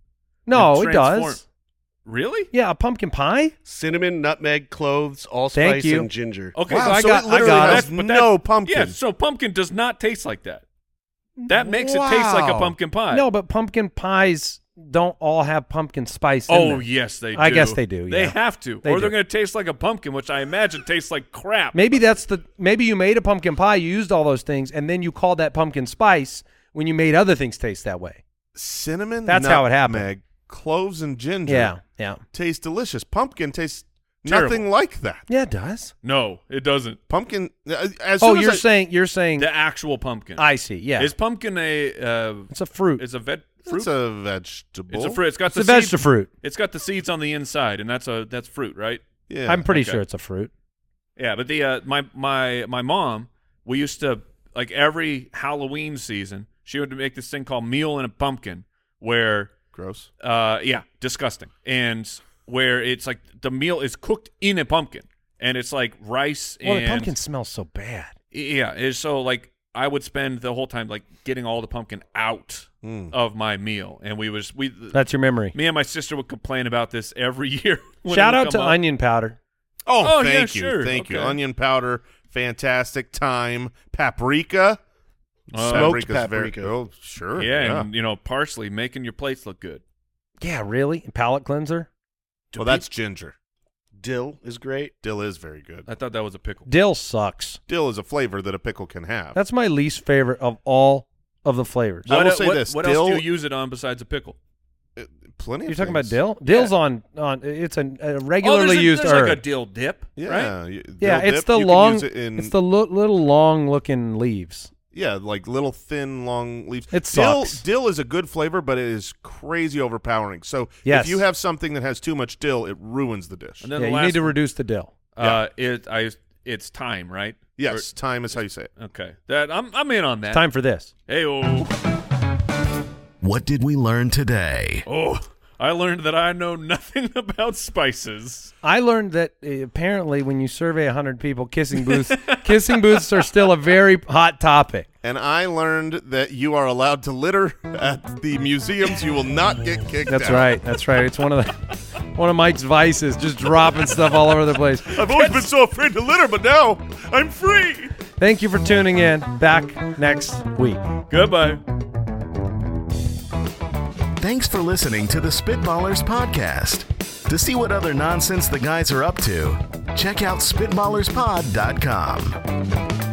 [SPEAKER 3] no,
[SPEAKER 2] And
[SPEAKER 3] it
[SPEAKER 2] transform-
[SPEAKER 3] does.
[SPEAKER 2] Really?
[SPEAKER 3] Yeah, a pumpkin pie.
[SPEAKER 4] Cinnamon, nutmeg, cloves,
[SPEAKER 3] Thank
[SPEAKER 4] allspice,
[SPEAKER 3] you.
[SPEAKER 4] and ginger.
[SPEAKER 2] Okay,
[SPEAKER 6] Wow,
[SPEAKER 2] so I
[SPEAKER 6] so
[SPEAKER 2] got
[SPEAKER 6] it
[SPEAKER 2] I
[SPEAKER 6] literally
[SPEAKER 2] got
[SPEAKER 6] has
[SPEAKER 2] it, but
[SPEAKER 6] no
[SPEAKER 2] that-
[SPEAKER 6] pumpkin.
[SPEAKER 2] Yeah, so pumpkin does not taste like that. That makes it taste like a
[SPEAKER 6] Wow.
[SPEAKER 2] pumpkin pie.
[SPEAKER 3] No, but pumpkin pies don't all have pumpkin spice. in
[SPEAKER 2] Oh
[SPEAKER 3] them.
[SPEAKER 2] yes, they. do.
[SPEAKER 3] I guess they do,
[SPEAKER 2] They
[SPEAKER 3] yeah.
[SPEAKER 2] have to,
[SPEAKER 3] They
[SPEAKER 2] or they're
[SPEAKER 3] do.
[SPEAKER 2] going to taste like a pumpkin, which I imagine tastes like crap.
[SPEAKER 3] Maybe that's the maybe you made a pumpkin pie, you used all those things, and then you called that pumpkin spice when you made other things taste that way.
[SPEAKER 6] cinnamon.
[SPEAKER 3] That's how it happened.
[SPEAKER 6] nutmeg, Cloves and ginger.
[SPEAKER 3] Yeah, yeah,
[SPEAKER 6] taste delicious. Pumpkin tastes
[SPEAKER 2] Terrible.
[SPEAKER 6] nothing like that.
[SPEAKER 3] yeah. It does.
[SPEAKER 2] No, it doesn't.
[SPEAKER 6] Pumpkin. uh, As
[SPEAKER 3] oh,
[SPEAKER 6] soon as
[SPEAKER 3] you're
[SPEAKER 6] I-
[SPEAKER 3] saying you're saying
[SPEAKER 2] The actual pumpkin.
[SPEAKER 3] I see. Yeah,
[SPEAKER 2] Is pumpkin a? Uh,
[SPEAKER 3] it's a fruit.
[SPEAKER 2] it's a vet fruit.
[SPEAKER 6] it's a vegetable.
[SPEAKER 2] It's a fruit. It's got
[SPEAKER 3] It's
[SPEAKER 2] the
[SPEAKER 3] a vegetable
[SPEAKER 2] seed-
[SPEAKER 3] fruit.
[SPEAKER 2] It's got the seeds on the inside, and that's a that's fruit, right?
[SPEAKER 6] Yeah.
[SPEAKER 3] I'm pretty
[SPEAKER 2] okay.
[SPEAKER 3] sure it's a fruit.
[SPEAKER 2] Yeah, but the uh, my my my mom, we used to like every Halloween season, she would make this thing called meal in a pumpkin, where
[SPEAKER 6] gross.
[SPEAKER 2] uh, yeah, disgusting, and where it's like the meal is cooked in a pumpkin, and it's like rice
[SPEAKER 3] Well,
[SPEAKER 2] and
[SPEAKER 3] the pumpkin smells so bad.
[SPEAKER 2] yeah, and so like I would spend the whole time like getting all the pumpkin out
[SPEAKER 6] Mm.
[SPEAKER 2] of my meal, and we was we
[SPEAKER 3] That's your memory.
[SPEAKER 2] me and my sister would complain about this every *laughs* year. when it
[SPEAKER 3] Shout
[SPEAKER 2] would
[SPEAKER 3] out
[SPEAKER 2] come
[SPEAKER 3] to
[SPEAKER 2] up.
[SPEAKER 3] onion powder.
[SPEAKER 6] Oh,
[SPEAKER 2] Oh, yeah,
[SPEAKER 6] thank you,
[SPEAKER 2] sure.
[SPEAKER 6] thank you.
[SPEAKER 2] Okay.
[SPEAKER 6] Onion powder, fantastic. Thyme, paprika.
[SPEAKER 2] Uh,
[SPEAKER 4] Smoked
[SPEAKER 6] very-
[SPEAKER 4] paprika.
[SPEAKER 6] oh, sure.
[SPEAKER 2] Yeah, and you know, parsley making your plates look good.
[SPEAKER 3] Yeah, really. And palate cleanser.
[SPEAKER 6] well, that's ginger.
[SPEAKER 4] Dill is great.
[SPEAKER 6] Dill is very good.
[SPEAKER 2] I thought that was a pickle.
[SPEAKER 3] Dill sucks.
[SPEAKER 6] Dill is a flavor that a pickle can have.
[SPEAKER 3] That's my least favorite of all of the flavors.
[SPEAKER 6] I will say
[SPEAKER 2] uh, what,
[SPEAKER 6] this,
[SPEAKER 2] What else
[SPEAKER 6] dill-
[SPEAKER 2] do you use it on besides a pickle?
[SPEAKER 6] plenty.
[SPEAKER 3] You're
[SPEAKER 6] of
[SPEAKER 3] talking about
[SPEAKER 6] things.
[SPEAKER 3] dill. Dill's on on. It's a, a
[SPEAKER 2] oh,
[SPEAKER 3] regularly
[SPEAKER 2] there's a,
[SPEAKER 3] used
[SPEAKER 2] there's
[SPEAKER 3] herb.
[SPEAKER 2] like a dill dip, right?
[SPEAKER 6] Yeah, you-
[SPEAKER 3] yeah,
[SPEAKER 6] dill
[SPEAKER 3] it's
[SPEAKER 6] dip,
[SPEAKER 3] the
[SPEAKER 6] you can
[SPEAKER 3] long.
[SPEAKER 6] use it in-
[SPEAKER 3] it's the lo- little long looking leaves.
[SPEAKER 6] yeah, like little thin long leaves.
[SPEAKER 3] It
[SPEAKER 6] dill,
[SPEAKER 3] sucks.
[SPEAKER 6] dill is a good flavor, but it is crazy overpowering. So
[SPEAKER 3] Yes.
[SPEAKER 6] if you have something that has too much dill, it ruins the dish.
[SPEAKER 2] And
[SPEAKER 3] Yeah,
[SPEAKER 2] then the
[SPEAKER 3] you
[SPEAKER 2] last
[SPEAKER 3] need to
[SPEAKER 2] one,
[SPEAKER 3] reduce the dill.
[SPEAKER 2] uh, it, I, it's time, right?
[SPEAKER 6] Yes, time is how you say it.
[SPEAKER 2] Or- okay. That I'm I'm in on that.
[SPEAKER 3] Time for this.
[SPEAKER 2] Hey, oh,
[SPEAKER 1] What did we learn today?
[SPEAKER 2] oh, I learned that I know nothing *laughs* about spices.
[SPEAKER 3] I learned that uh, apparently when you survey 100 people,
[SPEAKER 2] *laughs*
[SPEAKER 3] kissing booths, kissing booths are still a very hot topic.
[SPEAKER 6] And I learned that you are allowed to litter *laughs* at the museums. You will not get kicked
[SPEAKER 3] That's
[SPEAKER 6] out.
[SPEAKER 3] right. That's right. It's one of the *laughs* one of Mike's vices, just dropping stuff all over the place.
[SPEAKER 6] I've always been so afraid to litter, but now I'm free.
[SPEAKER 3] Thank you for tuning in. Back next week.
[SPEAKER 2] Goodbye.
[SPEAKER 1] Thanks for listening to the Spitballers Podcast. To see what other nonsense the guys are up to, check out SpitballersPod.com.